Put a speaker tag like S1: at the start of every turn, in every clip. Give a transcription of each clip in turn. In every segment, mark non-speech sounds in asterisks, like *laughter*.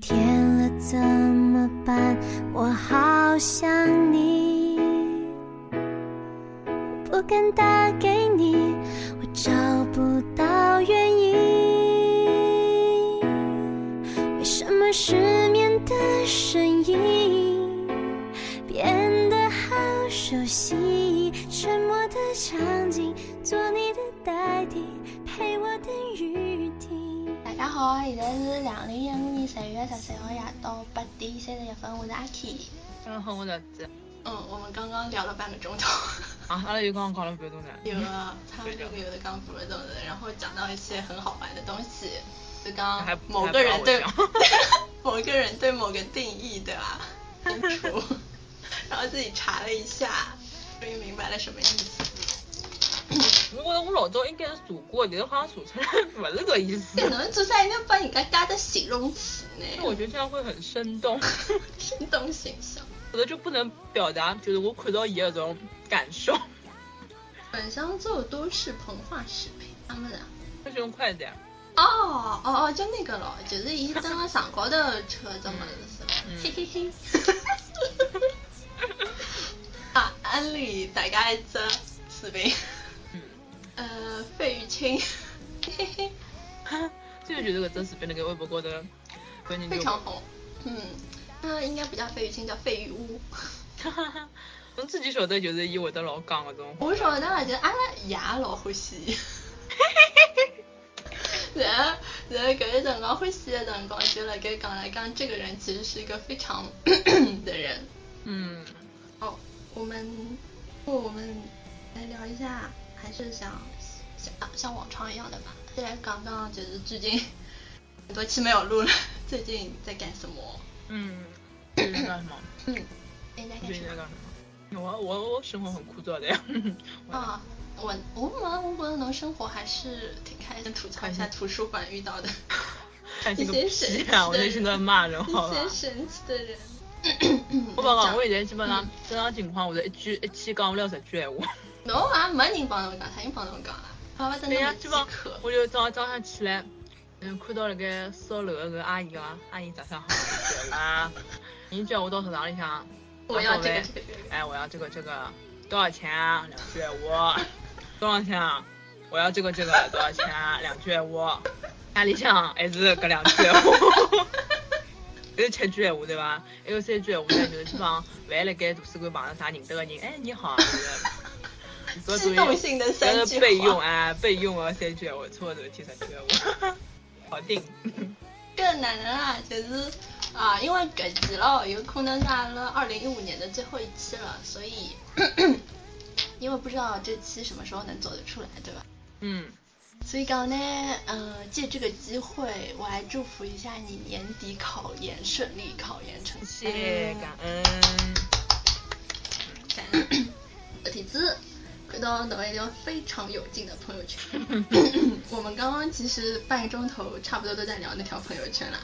S1: 天了怎么办？我好想你，我不敢打给你，我找不到原因。为什么失眠的声音变得好熟悉？沉默的场景，做你的代替，陪我等雨停。
S2: 大家好，現在是兩零一五年十一月十三號夜到八點三十一分，我是阿 K。
S3: 嗯，好，我就知。
S2: 嗯，我們剛剛聊了半個鐘頭，
S3: 啊，阿拉又刚刚讲了半钟头。
S2: 有了差不多有的剛補了懂的，然後講到一些很好玩的東西，就剛
S3: 還
S2: 剛啊某個人對
S3: 還不讓 *laughs*
S2: 某個人對某個定義，對吧？删除， *laughs* 然後自己查了一下，終於明白了什麼意思。
S3: 我觉得我老早应该是查过，但是好像查出来不是这个意思 *laughs*
S2: 可。能做下应该帮人家加的形容詞
S3: 因为我
S2: 呢，
S3: 觉得这样会很生动，
S2: 生動形象。
S3: 否则就不能表达，就是我看到伊的这种感受，
S2: 本乡做都市膨化石呗，他们俩。
S3: 这种快感。
S2: 哦哦哦，就那个咯，就是伊登了上高头吃的么子
S3: 嗯
S2: 是吧？嘿嘿嘿。
S3: *laughs*
S2: 啊，安利大家一只视频，
S3: 嗯，
S2: 呃，费玉清，嘿嘿嘿，
S3: 这就觉得搿只视频辣盖微博高头，搿人就
S2: 非常红。嗯，那应该不叫费玉清，叫费玉乌。
S3: *laughs* 侬自己晓得，就是伊会得老讲搿种。
S2: 我晓得，就是阿拉爷老欢喜。然后，然后搿一辰光欢喜的辰光，就辣盖讲来讲，这个人其实是一个非常 *coughs* 的人。
S3: 嗯，
S2: 哦，我们，不，我们来聊一下，还是想像像往常一样的吧。虽然刚刚就是最近很多期没有录了，最近在干什么？
S3: 嗯，最近在干什么？
S2: 嗯，最近在
S3: 最
S2: 干
S3: 近
S2: 什
S3: 在
S2: 么？
S3: 干什么？我我我生活很枯燥的呀。 *laughs*
S2: 啊，我我们我们能生活还是挺开心。吐槽一下图书馆遇到的
S3: 开心个
S2: 一些
S3: 屁啊！我内心在骂人，好
S2: 一
S3: 吧
S2: 些？神奇的人。
S3: 我报告，我现在基本上正常情况，我是一句一期讲不了十句闲话。
S2: 侬啊，没人帮侬讲，啥人帮侬讲啊？爸爸在
S3: 对
S2: 那
S3: 呀
S2: 么，饥
S3: 基本上
S2: 渴。
S3: 我就早早上起来，嗯，看到那个烧楼的搿阿姨啊，阿姨早上好，谢谢啦。您叫我到食堂里向，
S2: 我要这个
S3: 然后
S2: 这个这个。 *laughs*
S3: 哎，我要这个这个多少钱啊？两句我多少钱啊？我要这个这个多少钱啊？两句我家里向还是搿两句我。有七句闲话对伐？还有三句闲话呢，就是基本上万一辣盖图书馆碰着啥认得个人，哎，你好 *laughs* 啊，就是
S2: 机动性的三
S3: 就是
S2: 句话
S3: 备用啊，备用啊，三句闲话，错头天三句闲话， *laughs* 搞定。
S2: 更难的啦，就是啊，因为搿期咯，有可能是阿拉二零一五年的最后一期了，所以 *clears throat* 因为不知道这期什么时候能做得出来，对吧？
S3: 嗯，
S2: 所以讲呢，呃，借这个机会，我来祝福一下你年底考研顺利，考研成功。
S3: 谢谢感恩。
S2: 体子，回到抖音聊非常有劲的朋友圈。
S3: *laughs*
S2: 我们刚刚其实半个钟头差不多都在聊那条朋友
S3: *laughs*
S2: 圈啦。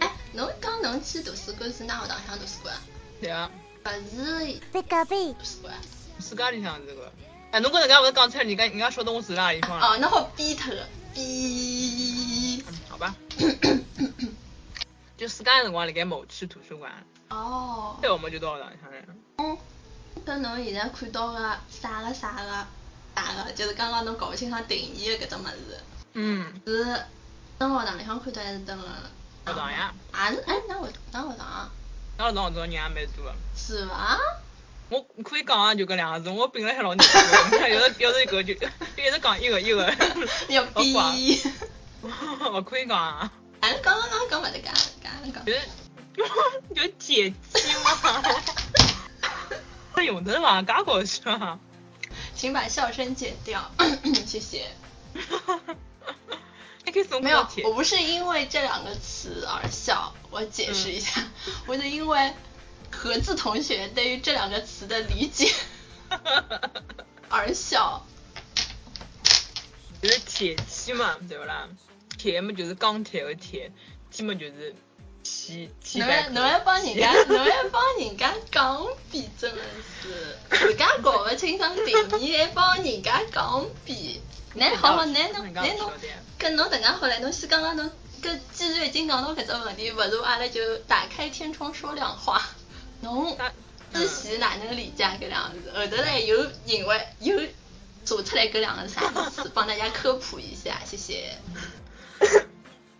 S2: 哎，侬刚侬去图书馆是哪学堂向图书馆啊？
S3: 对啊，
S2: 不是
S1: 贝卡贝，
S2: 图书馆啊。
S3: 自家里向这个。哎，侬搿能介勿是讲出来，人家人家晓得我住哪个地方了。
S2: 哦，那会逼他逼。
S3: 嗯，好吧。就自家的辰光，辣盖某区图书馆， *laughs*
S2: 哦，
S3: 对我们就到了，好像。
S2: 搿侬现在看到个啥个啥个啥个，就是刚刚侬搞不清爽定义的搿只物事，
S3: 嗯，
S2: 是蹲学堂里向看到还是蹲了？
S3: 学堂呀。
S2: 也是哎，哪学哪学堂啊？
S3: 那老早人也蛮多的。
S2: 是伐？
S3: 我可以讲啊，就搿两个字，我并了还老难过，有的有的一个就就 *laughs* 一直讲一个一个，
S2: *laughs* 要
S3: 好
S2: 逼。
S3: 怪我可以讲啊，
S2: 俺刚刚刚刚勿得讲，讲讲
S3: 就。是就啊姐姐嘛，那用得嘛，介搞笑啊！
S2: 请把笑声剪掉， *coughs* 谢谢。
S3: 哎还可以送
S2: 没有
S3: 高铁，
S2: 我不是因为这两个词而笑，我解释一下， *laughs* 我是因为盒子同学对于这两个词的理解 *laughs* 而笑。
S3: 就是铁器嘛，对不啦？铁嘛就是钢铁和铁，器嘛就是器器
S2: 侬
S3: 材
S2: 要
S3: 壳。
S2: 侬要帮人家，侬要帮人家讲比，真的是自家搞不清爽定义，还帮人家讲比。来，好好，来侬
S3: 人家
S2: 来
S3: 不
S2: 侬
S3: 晓得
S2: 跟侬等下好来，侬先讲讲侬搿几岁今讲到搿只问题，勿如阿拉就打开天窗说亮话。侬
S3: 那
S2: 之前哪能理解搿两个字？后头嘞又认为又做出来搿两个是啥意思？帮大家科普一下，谢谢。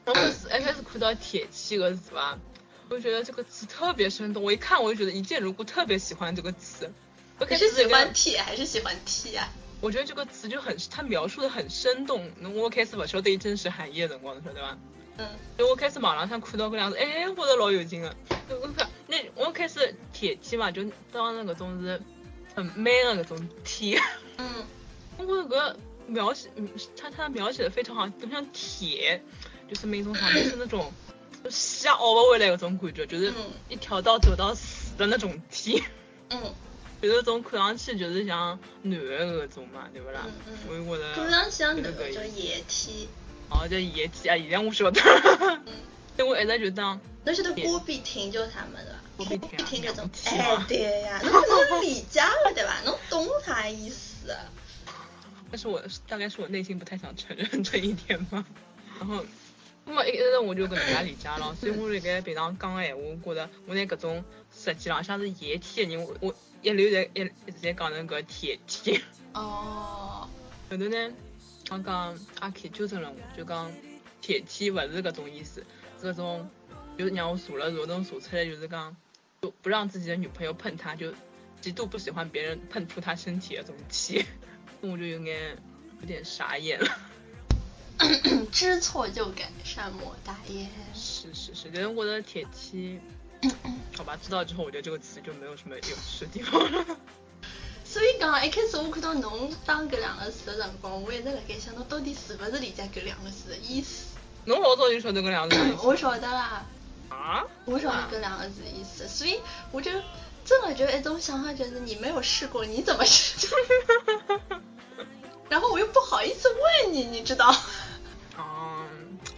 S3: 我们是一开始看到“铁器”个字吧，我就觉得这个词特别生动。我一看我就觉得一见如故，特别喜欢这个词。我
S2: 你
S3: 开始
S2: 是喜
S3: 觉得
S2: 欢铁还是喜欢 T 啊？
S3: 我觉得这个词就很，它描述的很生动。侬我开始勿晓得伊真实含义的辰光，侬晓得伐？
S2: 嗯，
S3: 就我开始网浪向看到搿两个字，哎，我觉着老有劲个。我我看那我开始铁梯嘛，就当那搿种是很 man 的搿种铁。
S2: 嗯，
S3: 我觉着搿描写，嗯，他他描写的非常好，就像铁，就是每一种好像就是那种就瞎熬不回来搿种感觉，就是
S2: 嗯
S3: 一条道走到死的那种铁。 *laughs*
S2: 嗯，
S3: 呃就是种看上去就是像男的搿种嘛，对不啦
S2: 嗯嗯？
S3: 我就觉
S2: 看
S3: 着，
S2: 上去像男
S3: 搿
S2: 的
S3: 个
S2: 叫野 T，
S3: 哦，叫野鸡啊，现在我晓得，
S2: 嗯
S3: *laughs* 但我一直就当
S2: 侬晓得郭碧婷叫啥么子伐？
S3: 郭
S2: 碧
S3: 碧婷啊
S2: 婷搿种
S3: 娘，子
S2: 哎
S3: 嘛，
S2: 对呀，侬搿种理解了对伐？侬懂啥意思？
S3: 但是我大概是我内心不太想承认这一点吧。然后，那么一直我就搿能介理解了，所以我辣盖平常讲个闲话，哎我觉着我拿搿种实际浪向是野天的人，我我一流在一一直在讲成搿铁天。
S2: 哦，
S3: 后头呢，我讲阿 K 纠正了我，就讲铁梯勿是搿种意思，是搿种就让我查了查，侬查出来就是讲就不让自己的女朋友碰他，就极度不喜欢别人碰触他身体的这种气， *laughs* 我就有眼有点傻眼了。
S2: 嗯知错就改，善莫大焉。
S3: 是是是，但是我觉得铁
S2: *coughs*
S3: 梯，好吧，知道之后我觉得这个词就没有什么有趣的地方了。 *laughs*
S2: 所以讲，一开始我看到侬当搿两个字的辰光，我一直辣盖想，侬到底是勿是理解搿两个字的意思？
S3: 侬老早就晓得搿
S2: *coughs*
S3: 两个字
S2: 我晓得啦，
S3: 啊？
S2: 我晓得搿两个字的意思，所以我就真的就有一种想法，就是你没有试过，你怎么知道？然后我又不好意思问你，你知道，
S3: 啊，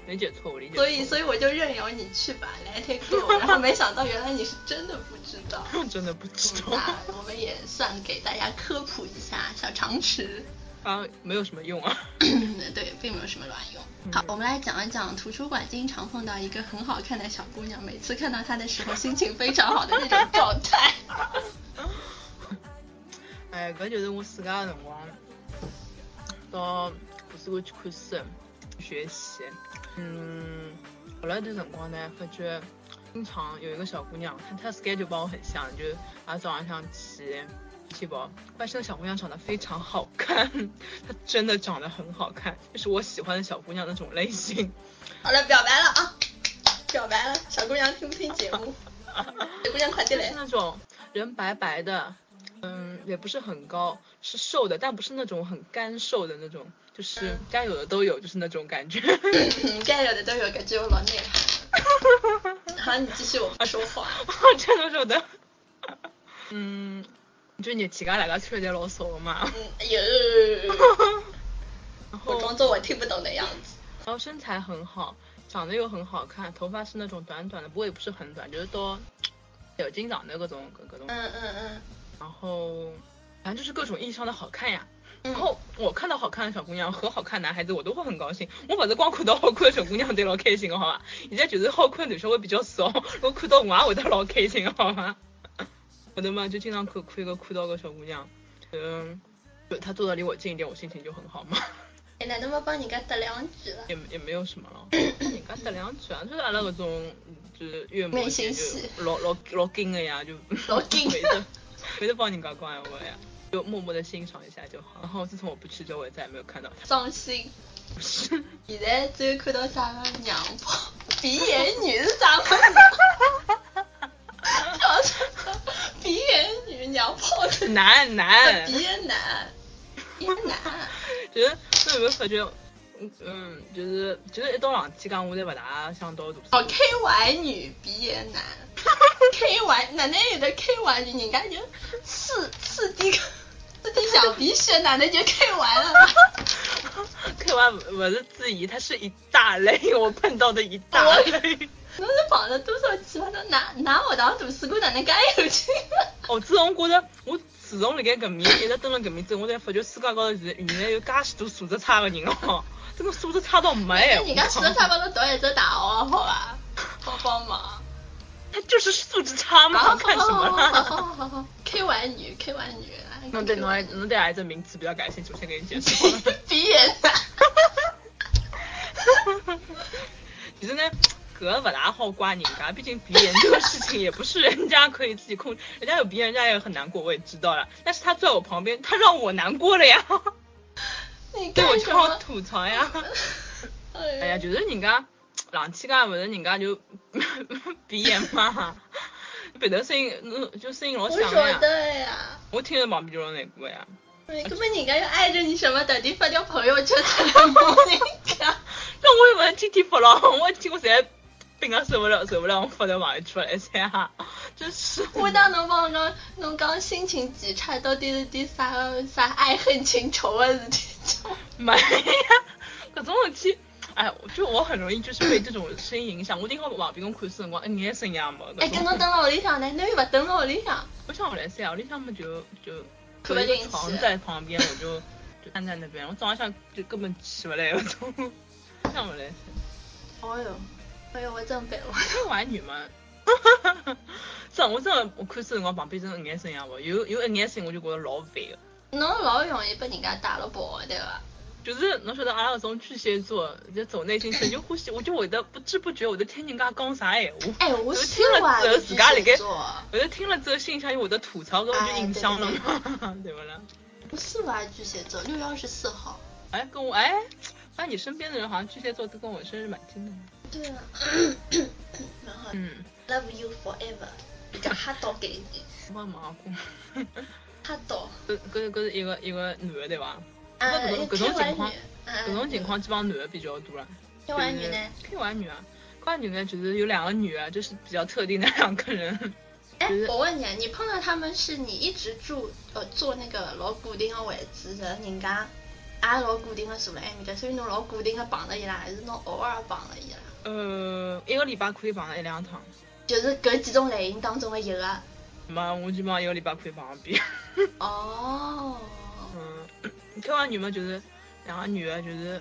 S3: 理解错，我理解错。
S2: 所以所以我就任由你去吧来 take go。然后没想到原来你是真的不知道。
S3: *laughs* 真的不知道。
S2: 那我们也算给大家科普一下小常识。 *clears throat*
S3: 啊，没有什么用啊。
S2: 对，并没有什么卵用。
S3: 嗯
S2: 好，我们来讲一讲图书馆经常碰到一个很好看的小姑娘，每次看到她的时候心情非常好的那种状态。
S3: 哎，搿就是我自家的辰光，到图书馆去看书、学习。嗯，后来一段辰光呢，发觉经常有一个小姑娘，她她 schedule 帮我很像，就啊早上想起去宝，但是那个小姑娘长得非常好看， *laughs* 她真的长得很好看，就是我喜欢的小姑娘那种类型。
S2: 好了，表白了啊！表白了，小姑娘听不听节目？小姑娘快进
S3: 就
S2: 来 *coughs*
S3: 是！那种人白白的，嗯，也不是很高，是瘦的，但不是那种很干瘦的那种，就是该有的都有，就是那种感觉。 *laughs*
S2: 该有的都有，感觉有老内涵。好，你继续，我不说话。
S3: 真的瘦的，嗯，就热气噶，大家穿得老少的嘛，
S2: 嗯，哎呦，
S3: 然后
S2: 我装作我听不懂的样子。
S3: 然后身材很好，长得又很好看，头发是那种短短的，不过也不是很短，就是都有金长的各种各各种，
S2: 嗯嗯
S3: 然后反正就是各种意义上的好看呀。
S2: 嗯。
S3: 然后我看到好看的小姑娘和好看的男孩子，我都会很高兴。我不是光看到好看的小姑娘对老开心的，好吧？现在就是好看的女生会比较少，我看到我也会得老开心的，好吧？我的妈，就经常看看一个看到个小姑娘，嗯，就她坐的离我近一点，我心情就很好嘛，
S2: 哎，哪能没帮人家搭两句了？
S3: 也也没有什么了。人家得两句啊，就是阿拉搿种嗯就是岳母
S2: 内
S3: 姐就
S2: 心戏
S3: 老老老劲的呀，就
S2: 老劲
S3: 没得没得帮人家讲闲话呀，就默默的欣赏一下就好。然后自从我不去之后，我也再也没有看到她。
S2: 伤心。现在只有看到啥个娘炮、鼻眼女是啥么子？叫啥？鼻眼女、娘炮的
S3: 难
S2: *laughs*
S3: 难，
S2: 鼻眼男、鼻眼男。
S3: 就是我有没有发觉，嗯嗯，就是就是一到浪天讲，我侪勿大想到读书。
S2: 哦，K Y 女、鼻眼男，K Y 哪能有的 K Y 女？人家就刺刺激刺激小鼻血，哪能就 K Y 了？
S3: 看完勿是质疑，它是一大类，我碰到的一大类。
S2: 侬是碰着多少奇葩的？哪哪学堂图书馆哪能介有劲？
S3: 哦，自从觉得我自自从辣盖搿面一直蹲辣搿面之后，我才发觉世界高头原原来有介许多素质差个人哦，真个素质差到没闲话。
S2: 人家素质差不多导演在打哦，好吧，帮帮忙。
S3: 他就是素质差嘛，看什么
S2: 好好
S3: 啦？
S2: 好好好，K 玩女，K 玩女。
S3: 侬对侬还侬对孩子名字比较感兴趣，我先给你介绍了。
S2: 鼻炎。
S3: 其实呢，搿个勿大好怪人家，毕竟鼻炎这个事情也不是人家可以自己控制，人家有鼻炎，人家也很难过，我也知道了。但是他坐在我旁边，他让我难过了呀，
S2: 你
S3: 对我
S2: 干
S3: 就
S2: 什
S3: 要
S2: 么？
S3: 吐槽呀。哎
S2: 哎
S3: 呀，
S2: 呀，
S3: 就是人家冷气噶，勿是人家就 *laughs* 鼻炎嘛， *laughs* 别的声音，嗯就声音老
S2: 我
S3: 响
S2: 说
S3: 的呀，
S2: 的呀，
S3: 我听着旁边就老难过呀。
S2: 你根本人家就碍着你什么，特地发条朋友圈才能帮人家。
S3: 那我又勿是天天发了，我一天我侪病啊受不了，受不了，我发条朋友圈来噻哈， *laughs* 真是。
S2: 我当侬帮侬侬讲心情极差，到底是点啥啥爱恨情仇的事体？
S3: 没呀，搿种事体，哎，我就我很容易就是被这种声音影响。我今朝往边侬看书辰光，一眼声音也没。
S2: 哎，
S3: 搿种
S2: 跟侬蹲辣屋里向呢，侬又勿蹲辣屋里向，
S3: 我想我来噻，屋里向么就就有
S2: 看不
S3: 一个
S2: 进
S3: 床
S2: 去
S3: 在旁边，我就就瘫在那边。我早浪向就根本起不来，我种想不来噻。
S2: 哎哟，哎哟，我真白我。
S3: 这玩女嘛，真我真的我看书辰光旁边真的一眼声音也没，有有一眼啊声音我就觉得老烦个。
S2: 侬老容易被人家打了跑，对伐？
S3: 就是侬晓得，阿拉搿种巨蟹座，就走内心深就呼吸，我就会得不知不觉我就听人家讲啥闲话。
S2: 哎，我
S3: 就是听了
S2: 我
S3: 之后自家
S2: 巨
S3: 辣盖
S2: 蟹座，
S3: 我就听了之后心里想，有我的吐槽，搿我就影响了嘛，哎 *laughs* 对不啦？
S2: 不是吧？巨蟹座六月二十四号。
S3: 哎，跟我哎，发现你身边的人好像巨蟹座都跟我生日蛮近的。
S2: 对啊。 *coughs* 然后
S3: 嗯，
S2: Love you forever，比较哈到给你，
S3: 我忙 *laughs* 过。
S2: 哈到。
S3: 搿搿搿是一个一个男的对伐？
S2: 啊，
S3: 搿种搿种情况
S2: 搿
S3: 搿种情，况基本上男的比较多了。
S2: 哎听完嗯女呢？
S3: ？K 玩女啊，K 玩女呢，就是有两个女的，就是比较特定的两个人。 *laughs*
S2: 哎
S3: 就是，
S2: 我问你，啊，你碰到他们是你一直住呃做那个老固定的位置，然后人家也老固定的坐辣埃面搭，哎所以侬老固定的碰着伊拉，还是侬偶尔碰着伊拉？
S3: 呃，一个礼拜可以碰上一两趟。
S2: 就是搿几种类型当中的一个。
S3: 没，我基本上一个礼拜可以碰上遍。 *laughs*
S2: 哦，
S3: 嗯，K 玩女嘛，就是两个女的，就是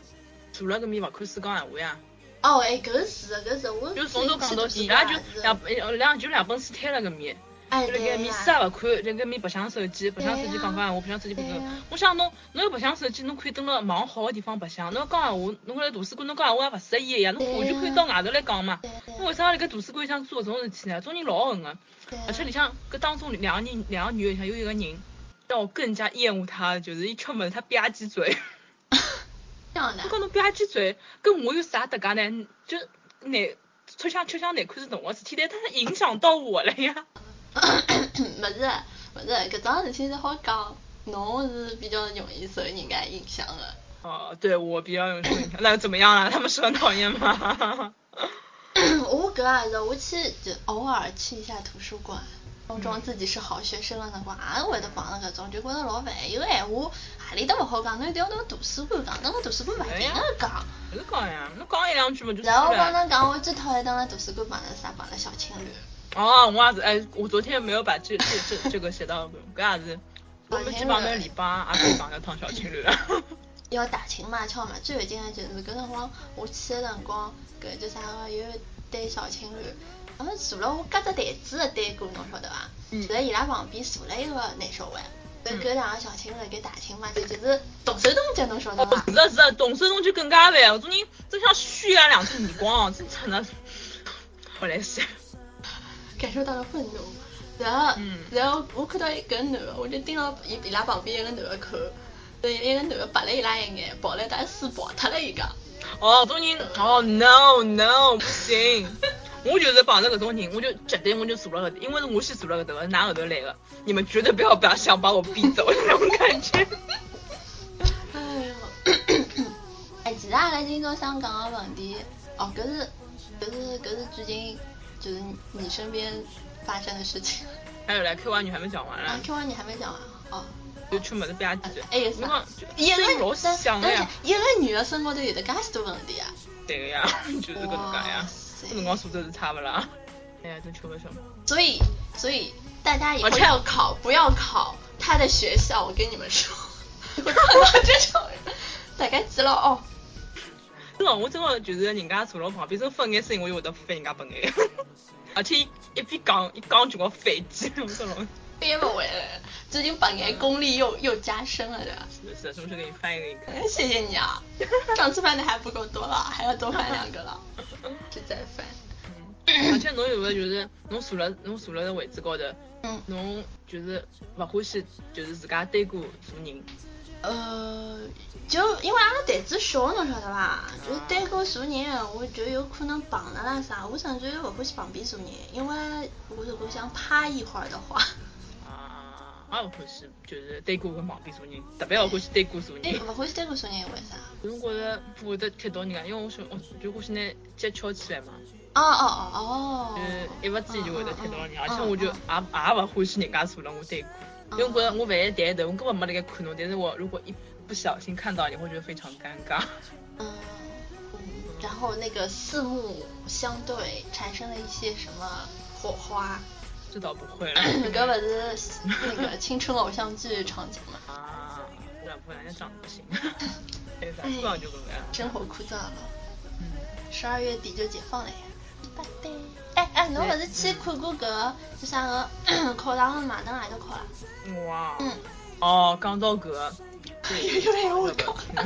S3: 坐辣搿面勿看书讲闲话呀。
S2: 哦，哎，搿是的搿是的我
S3: 就
S2: 自
S3: 从
S2: 己
S3: 头讲到
S2: 去
S3: 底，伊
S2: 图书
S3: 拉就
S2: 馆
S3: 两呃两就两本书摊了搿面，
S2: 啊哎
S3: 就辣
S2: 对
S3: 盖面
S2: 呀
S3: 书也勿看，就搿面白相手机，白相手机讲讲闲话，白相手机白
S2: 对呀
S3: 相。我想侬侬要白相手机，侬可以蹲辣网好个地方白相。侬要讲闲话，侬辣图书馆侬讲闲话也勿适宜呀，侬
S2: 对呀
S3: 完全可以到外头来讲嘛。
S2: 对对
S3: 侬为啥辣盖图书馆里向做搿种事体呢？种人老恨个，
S2: 对
S3: 而
S2: *laughs*
S3: 且里向搿当中两个人两个女里向有一个人，让我更加厌恶他，就是伊出门他吧唧嘴。 *laughs*
S2: 这样 *coughs* 的
S3: 我，讲侬吧唧嘴，跟我有啥搭嘎呢？就难吃香吃香难看是同个事体，但它影响到我了呀。
S2: 勿是勿是，搿桩事体是好讲，侬是比较容易受人家影响
S3: *coughs*
S2: 的。
S3: 哦，对我比较有受影响，那又怎么样啦？他们是很讨厌吗？ *laughs*
S2: 我搿也啊是，我去就偶尔去一下图书馆，装装自己是好学生的辰光，也会得碰到搿种，就觉着老烦。有闲话何里搭勿好讲，侬一定要到图书馆讲，到图书馆勿
S3: 哎
S2: 停
S3: 呀
S2: 个讲。
S3: 不是讲呀，侬啊讲一两句嘛就出
S2: 然后我刚
S3: 来。
S2: 刚讲，我最讨厌当了图书馆碰着啥碰着小情侣，
S3: 哦，我也是，哎，我昨天没有把这这这这个写到，搿也是。我们基本上每个礼拜也是讲要趟小情侣了。
S2: 要打情骂俏嘛。最有劲的就是搿辰光我去的辰光，搿叫啥个有一对小情侣，他们坐了我隔着台子的对过，侬晓得伐？
S3: 嗯
S2: 就在伊拉旁边坐了一个男小孩。搿搿两个小情侣辣盖打情骂俏，就是动手动脚，侬晓
S3: *laughs*
S2: 得
S3: 哦
S2: 伐，
S3: 是？的，是的，动手动就更加烦，我种人真想虚伊拉两只耳光哦，真真的， *laughs* 不来塞。
S2: 感受到了愤怒。然后，
S3: 嗯
S2: 然后我看到一个男的，我就盯牢伊伊拉旁边一个男的看，对，一个男的白了伊拉一眼，跑来打书跑脱了伊个。
S3: 哦，这种人，哦，no no，不行。我就是碰着搿种人，我就绝对我就坐了搿，因为是我先坐了搿头的，㑚后头来的，你们绝对不要不要想把我逼走那种感觉。
S2: 哎呦，哎，其实阿拉今朝想讲个问题，啊哦，搿是搿是搿是最近就是你身边发生的事情。
S3: 还有嘞，Q 完女还没讲完
S2: 啊
S3: 呢，
S2: ，Q 完你还没讲完啊？哦，
S3: 就出门的吧唧嘴。
S2: 哎也是
S3: 我
S2: 啊
S3: 讲，就
S2: 一个
S3: 声音老
S2: 但
S3: 响的
S2: 但是
S3: 呀，
S2: 一个女的身高头有得介许多问题啊！
S3: 对个呀，就是搿啊能介呀
S2: 哇。塞
S3: 搿辰光素质是差勿啦？哎呀，真吃勿消。
S2: 所以所以大家以后
S3: 而且
S2: 要考，不要考，他的学校，我跟你们
S3: *laughs*
S2: 说，有看到这种人，大概几老哦。
S3: 真的，我真的就是人家坐辣旁边，真分眼神我就会得翻人家本眼，而且伊一边讲一讲就我飞机，我说老
S2: 憋不回来了，最近本来功力又又加深了的。
S3: 是的是的，什么时候给你翻一个？
S2: 哎 *laughs* 谢谢你啊，上次翻的还不够多了，还要多翻两个了，这再翻。
S3: 而且侬有没有就是侬坐了侬坐了个位置高头，
S2: 嗯
S3: 侬就是勿欢喜就是自家对过什么人？
S2: 呃，就因为阿拉胆子小，侬晓得伐？就是单个坐人，我就有可能碰着啦啥。我甚至于勿欢喜旁边坐人，因为我如果想趴一会儿的话，
S3: 啊，我也勿欢喜，就是对过跟旁边坐人，特别勿欢喜对过坐人
S2: 哎，。勿欢喜单个坐人，为啥？
S3: 侬觉着不会得踢到人家，因为我喜我就欢喜拿脚翘起来嘛，
S2: 哦哦哦
S3: 就
S2: 哦
S3: 是，一不注意就会得踢到人家，而且
S2: 嗯
S3: 我就也
S2: 嗯
S3: 也勿欢喜人家坐了我对过，因为我觉着我万一抬头，我根本没辣盖看侬，但是我如果一不小心看到你，会觉得非常尴尬。
S2: 嗯，嗯，然后那个四目相对产生了一些什么火花？
S3: 这倒不会了，
S2: 搿勿是那个青春偶像剧场景吗？
S3: 啊，不然不然人家长得不
S2: *laughs*
S3: 行，哎，咱不然就怎么样？
S2: 生活枯燥了，
S3: 嗯，
S2: 十二月底就解放了呀。拜拜。哎哎，侬勿是去看过搿就啥个 *coughs* 考堂的马灯哪头 *laughs* 考了？
S3: 哇，
S2: 嗯，
S3: 哦，讲到搿个，
S2: 又又 *laughs* 来我考。来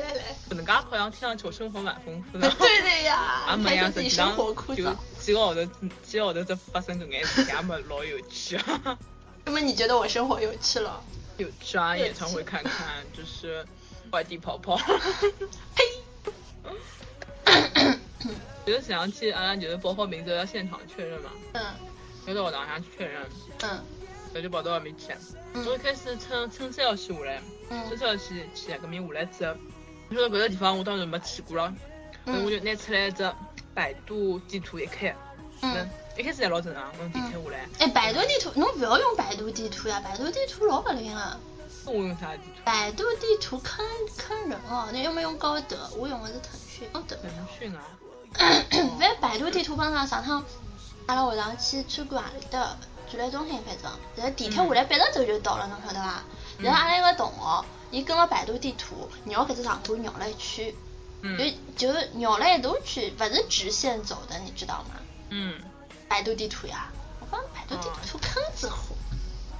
S2: 来来，
S3: 搿能介好像听上去我生活蛮丰富
S2: *laughs*
S3: 的。
S2: 对的呀，
S3: 也没
S2: 看
S3: 呀，
S2: 着自
S3: 实
S2: 己
S3: 际
S2: 生
S3: 上
S2: 活枯
S3: 就
S2: 燥。
S3: 几个号头，几个号头才发生搿眼事，体，也没老有
S2: *laughs*
S3: 趣啊，
S2: 那么你觉得我生活有趣了？
S3: 有趣啊！
S2: 有
S3: 演唱会看看，就是外地跑跑。 *laughs* 就是想去，阿拉就是报好名之后要现场确认嘛，
S2: 嗯
S3: 就到学堂上确认，
S2: 嗯
S3: 所以就跑到外面去。我一
S2: 嗯
S3: 开始乘乘三号线下来，乘
S2: 嗯
S3: 三号线去，搿面下来之后，你说搿个地方我当然没去过了，所以我就拿出来一只百度地图一看，
S2: 嗯。
S3: 一开始也老正常，我用地铁下来。
S2: 哎，百度地图，侬勿要用百度地图呀，百度地图老勿灵啊。
S3: 那我用啥地图？
S2: 百度地图坑坑人哦，你又没用高德，我用的是腾讯高德。
S3: 腾
S2: *coughs*
S3: 讯啊，
S2: 反正百度地图帮上上趟，阿拉学堂去餐馆里头，展览中心反正，然后地铁下来别着走就到了，侬晓得伐？然后阿拉一个同学，伊跟了百度地图绕搿只上坡绕了一圈，
S3: 嗯
S2: 就就绕了一大圈，勿是直线走的，你知道吗？
S3: 嗯，
S2: 百度地图呀，我讲百度地图坑子货。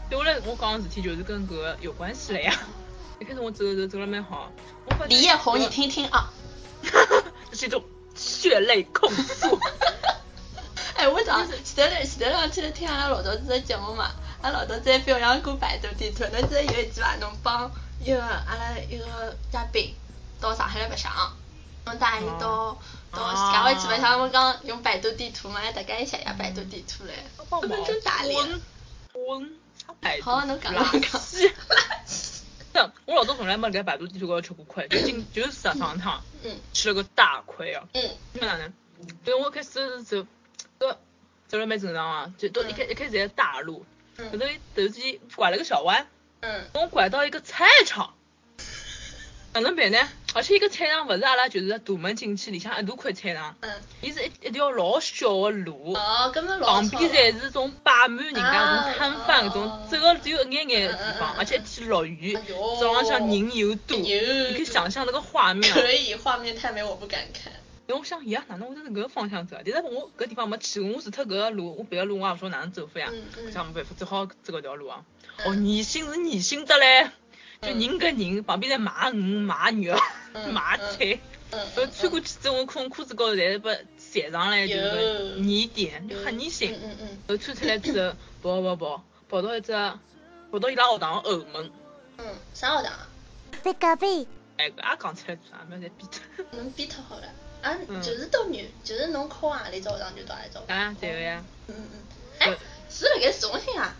S3: 对我来我讲的事体就是跟搿个有关系了呀。 *laughs* 一开始我走走走走了蛮好，我发现
S2: 李彦宏，你
S3: 这
S2: 听听啊！
S3: 个 *laughs* 这是一种血泪控
S2: *laughs*
S3: 诉。
S2: 哎，我早前头前头两天听阿拉老早子的节目嘛，阿拉老早子还表扬过百度地图，侬记得有一集伐？侬帮一个阿拉一个嘉宾到上海来白相，侬带伊到到自家湾去白相，我讲用百度地图嘛，大概一下下百度地图嘞，
S3: 帮
S2: 分钟打脸。
S3: 我啥百度？
S2: 啊好，侬啊讲
S3: 垃
S2: 侬讲
S3: 圾。 *laughs* 真的我老早从来没在百度地图高头吃过亏，就今就是上上趟
S2: 嗯
S3: 吃了个大亏啊。
S2: *laughs* 嗯
S3: 哪能？对，我一开始走走走了蛮正常啊，就都一开一开始在大路，后头
S2: 嗯
S3: 突然之间拐了个小弯。
S2: 嗯
S3: 我拐到一个菜场，哪能办呢？而且一个菜场勿是阿拉就是大门进去里向一大块菜场，
S2: 嗯，
S3: 伊是一一条老小的路，
S2: 哦，搿么老
S3: 旁
S2: 巧
S3: 边
S2: 了，
S3: 侪是种摆满人家
S2: 啊
S3: 种摊贩搿
S2: 哦哦
S3: 种，走个只有一眼眼的地
S2: 嗯嗯
S3: 方
S2: 嗯，
S3: 而且天落雨
S2: 哎，呦哎
S3: 早浪向人又多，
S2: 人
S3: 你
S2: 又
S3: 可以
S2: 多
S3: 想象那个画面。
S2: 可以，画面太美，我不敢看。
S3: 然后我想，咦，哪能会是搿个方向走啊？但是我搿地方没去过，我除脱搿个路，我别个路啊我也勿晓得哪能走法呀。
S2: 嗯嗯
S3: 想没办法，只好走搿条路啊。哦，逆行是逆行的嘞，就人跟人旁边在卖鱼、卖肉、*laughs*
S2: 嗯
S3: 卖菜，
S2: 嗯，
S3: 呃，穿过去之后，我看我裤子高头侪是被踩上来，就是
S2: 哟
S3: 泥点，就很逆
S2: 嗯
S3: 行。
S2: 嗯嗯
S3: 后穿呃出来之后，跑跑跑，跑到一只，跑到伊拉学堂的后门。
S2: 嗯，啥学堂啊？
S1: 在隔壁。
S3: 哎，搿也讲出来做啥？没侪 *laughs* 逼脱。
S2: 侬编脱好了，啊，
S3: 嗯
S2: 就是到女，就是侬考啊里早上就到阿里早。
S3: 当然，对啊个呀。
S2: 嗯嗯，哎，是辣盖市中心啊，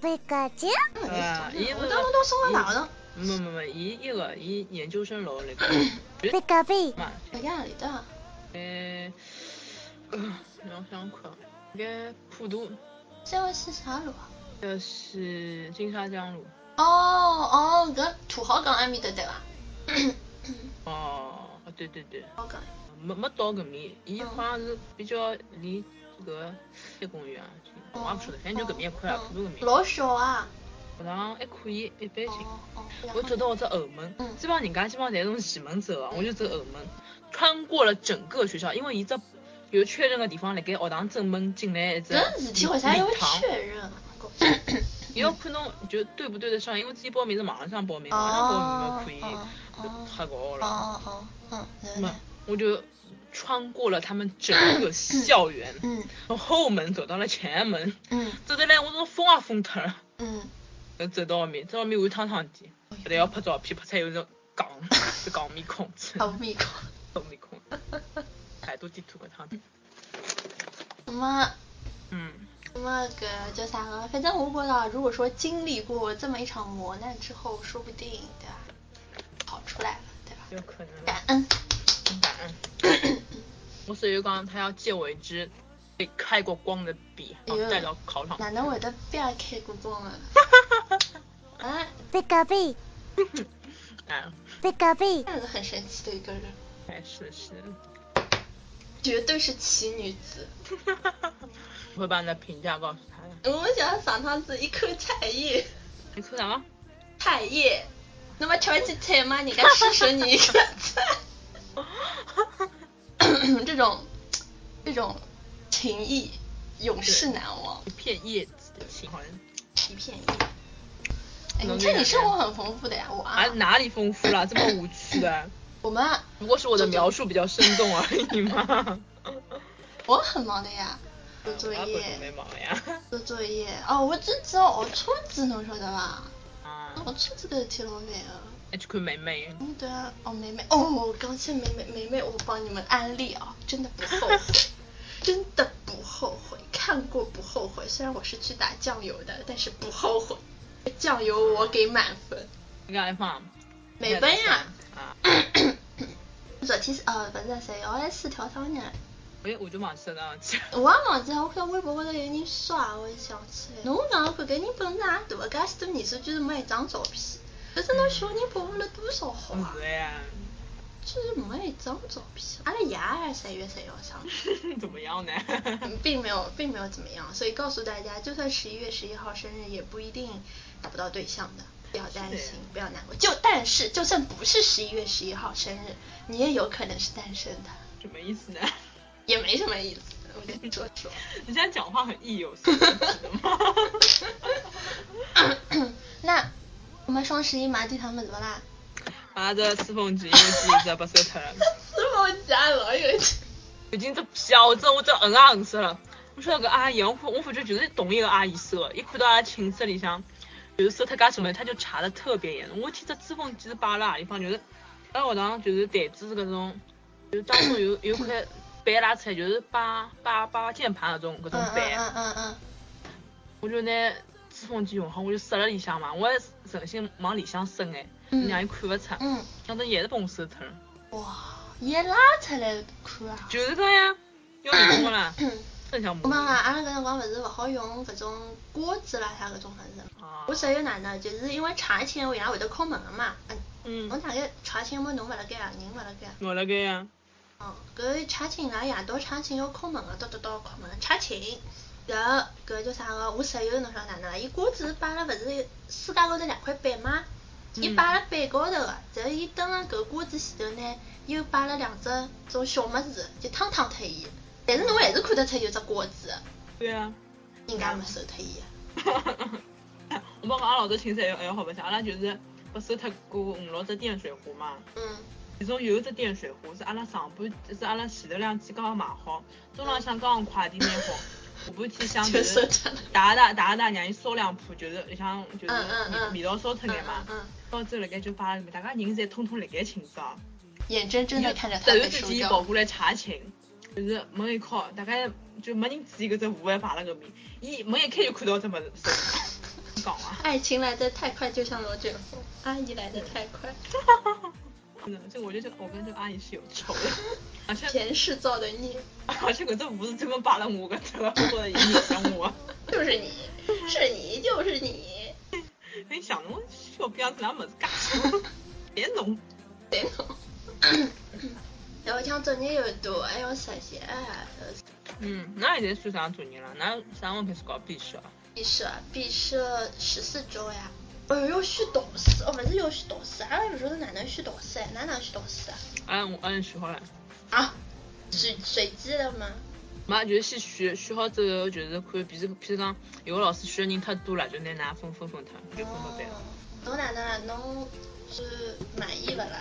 S1: 在隔壁。
S2: 嗯辣盖市中心
S3: 啊
S2: 啊我当时到松江大学堂，
S3: 没没没，伊伊个伊研究生楼那个
S1: 在隔壁。
S3: 嘛，
S2: 辣盖阿里搭啊，
S3: 哎，呃让我想看，应该普渡，
S2: 三号线啥路啊？
S3: 这是金沙江路，
S2: 哦哦，搿土豪港埃面搭对伐？
S3: 哦，哦对对对，
S2: 土豪港，
S3: 没没到搿面，伊
S2: 嗯
S3: 好像是比较离搿个夜公园啊，我也勿晓得，反正就搿面一块啊，
S2: 嗯
S3: 普渡搿面，
S2: 老小啊，
S3: 服装还可以，一般性。
S2: 哦哦，
S3: 我走到我只后门
S2: 嗯，
S3: 基本上人家基本上侪从前门走的，我就走后门，穿过了整个学校，因为伊只有确认个地方辣盖学堂正门进来一只
S2: 搿事体为啥要
S3: 礼堂
S2: 确，认啊？
S3: 伊要看侬就对不对得上，因为自己报名是网上报名，网上报
S2: 哦，
S3: 名
S2: 哦
S3: 就可以，就太高
S2: 哦
S3: 了。
S2: 哦哦，嗯，
S3: 那
S2: 嗯
S3: 么我就穿过了他们整个校园，
S2: 嗯
S3: 从后门走到了前门，
S2: 嗯
S3: 走得来我都疯啊疯脱了。
S2: 嗯，
S3: 搿走到后面，走到后面汗烫烫的，后来要拍照片，拍出来有种戆，是戆面孔子，
S2: 好面 *laughs* 孔，
S3: 戆面孔。百度地图搿趟，
S2: 那么。
S3: 嗯，
S2: 那么个叫啥个？反正我觉着，如果说经历过这么一场磨难之后，说不定对吧，跑出来了，对吧？
S3: 有可能
S2: 感恩。
S3: 感恩。我室友讲他要借我一支被开过光的笔，然后带到考场。
S2: 哪能会得不要开过光了？啊，
S1: Pikachu,
S3: *laughs* 哎，
S1: Pikachu,
S2: 那是很神奇嗯的一个人，
S3: 还是是， *laughs*
S2: 绝对是奇女子。
S3: 我会把你的评价告诉他的。
S2: 嗯我们想要上趟子一颗菜叶，
S3: 你说啥么？
S2: 菜叶，那么挑一起菜嘛，人家施舍你一个菜，嗯这种这种情谊永世难忘，
S3: *laughs* 一片叶子的情，好像
S2: *laughs* 一片叶。哎，你看你生活很丰富的呀，我啊
S3: 啊，哪里丰富了？这么无趣的？
S2: 我们啊
S3: 不过是我的描述比较生动而已嘛。
S2: 我很忙的呀，做 *laughs*
S3: *laughs*
S2: 作
S3: 我也
S2: 业，
S3: 没忙呀。 *laughs*
S2: 做作业。哦，我只只要学哦车子，侬晓得伐？
S3: 啊，
S2: 学车子搿事体老烦个。
S3: 还去看妹妹。
S2: 嗯，对啊，哦，梅梅，哦，刚才梅梅梅梅，我帮你们安利啊，真的不后悔， *laughs* 真的不后悔，看过不后悔。虽然我是去打酱油的，但是不后悔，酱油我给满分。
S3: 那个 iPhone。
S2: 美奔呀、 *coughs*
S3: 啊！
S2: 昨天是哦，不是谁，我也是跳商人，
S3: 哎，我就马上到去。
S2: 我也忘记了，我看微博高头有人刷，我也想起来。侬哪能看搿人本事也大，介许多年数居然没一张照片，搿是侬小人保护了多少好啊！
S3: 是呀， *laughs*
S2: 居然没一张照片，阿拉爷还是十一月十一号生日。
S3: 怎么样呢？
S2: 嗯 *laughs* 并没有，并没有怎么样，所以告诉大家，就算十一月十一号生日，也不一定找不到对象的，不要担
S3: 是
S2: 心，不要难过。就但是，就算不是十一月十一号生日，你也有可能是单身的，
S3: 什么意思呢？
S2: 也没什么意思。我跟你说说，
S3: 你现在讲话很意有所指的
S2: *laughs*
S3: 吗？ *laughs*
S2: 那我们双十一麻将他们怎么啦？
S3: 把这四凤机又机这不收脱了，
S2: 是我家老有钱，
S3: 已经这小子我这嗯啊嗯死了。我说那个阿姨，我我反正就是同一个阿姨收，一看到阿拉寝室里向就是收脱噶什么，她就查的特别严。我天，这吹风机是摆了哪地方？哎就是在学堂就是台子是搿种，就是当中有有块板拉出来，就是摆摆摆键盘搿种搿种
S2: 嗯嗯
S3: 板。
S2: 嗯嗯嗯，
S3: 我就拿吹风机用好，我就塞了里向嘛，我还存心往里向伸哎，
S2: 嗯
S3: 让伊看勿出，
S2: 嗯，
S3: 想着也是帮我收脱了，
S2: 哇，也拉出来看啊！
S3: 就是这样，要用我
S2: *coughs*
S3: 啦，真想
S2: 我
S3: 骂
S2: 讲啊，阿拉搿辰光勿是勿好用搿种锅子啦啥搿种物事嘛。
S3: 啊
S2: 我，室友哪能，就是因为茶钱我爷会得敲门个嘛，嗯，
S3: 嗯
S2: 侬，大概查寝么侬勿辣盖啊，人勿辣盖啊，
S3: 我了个呀，
S2: 哦，搿查寝㑚夜到查寝要敲门个，叨叨叨敲门查寝，然后搿叫啥个？我室友侬晓得哪能啊？伊锅子摆了勿是世界高头两块板吗？伊
S3: 嗯
S2: 摆了板高头个，然后伊蹲辣搿锅子前头呢，又摆了两只种小物事，就烫烫脱伊。但是侬还是看得出有只锅子，
S3: 对呀，
S2: 人家没收脱伊。
S3: *laughs* 我帮阿拉老早寝室还有还哎有好白相，阿拉就是不收脱过五六只电水壶嘛。
S2: 嗯
S3: 其中有一只电水壶是阿拉上半，是阿拉前头两天刚刚买好，中浪向刚刚快递拿好，下半天想就
S2: *laughs* 就是
S3: 是
S2: 这样
S3: 打打打打，让伊烧两铺，就是里向就是
S2: 嗯嗯嗯
S3: 味道烧脱眼嘛
S2: 嗯。嗯，
S3: 到最后辣盖就发了，大家人侪通通辣盖寝室啊，
S2: 眼睁睁的看着他
S3: 突
S2: 被
S3: 然
S2: 收
S3: 之间
S2: 掉
S3: 跑。过来查寝，就是门一敲，大概就没人注意搿只壶还摆辣搿边，伊门一开就看到这么子，讲啊， *laughs*
S2: 爱情来得太快，就像罗卷风；阿姨来得太快，
S3: 真的，这个我觉得这个我跟这个阿姨是有仇的， *laughs* 而且
S2: 前世造的孽，
S3: 而且搿只壶是专门摆了我搿只个，或者影响我。
S2: 就是你，是你，就是你，
S3: 哎你想侬小逼样子拿么子干什么？别弄，
S2: 对侬。哎然后像作业又多，还要实习，哎呀，
S3: 嗯，那现在算啥作业了？那啥辰光开始搞必修啊？
S2: 毕设啊，毕设十四周呀。哎呦，要续董事，哦，勿是要续董事，阿拉搿时候哪能续董事？哪能续董事啊？
S3: 哎俺我俺选好了，
S2: 啊，随随机的吗？
S3: 嘛就是先选选好之后，就是看，比如譬如讲，有个老师选的人太多了，就拿㑚分分分脱，就分分班。
S2: 哦，侬哪能啊？侬是满意勿啦？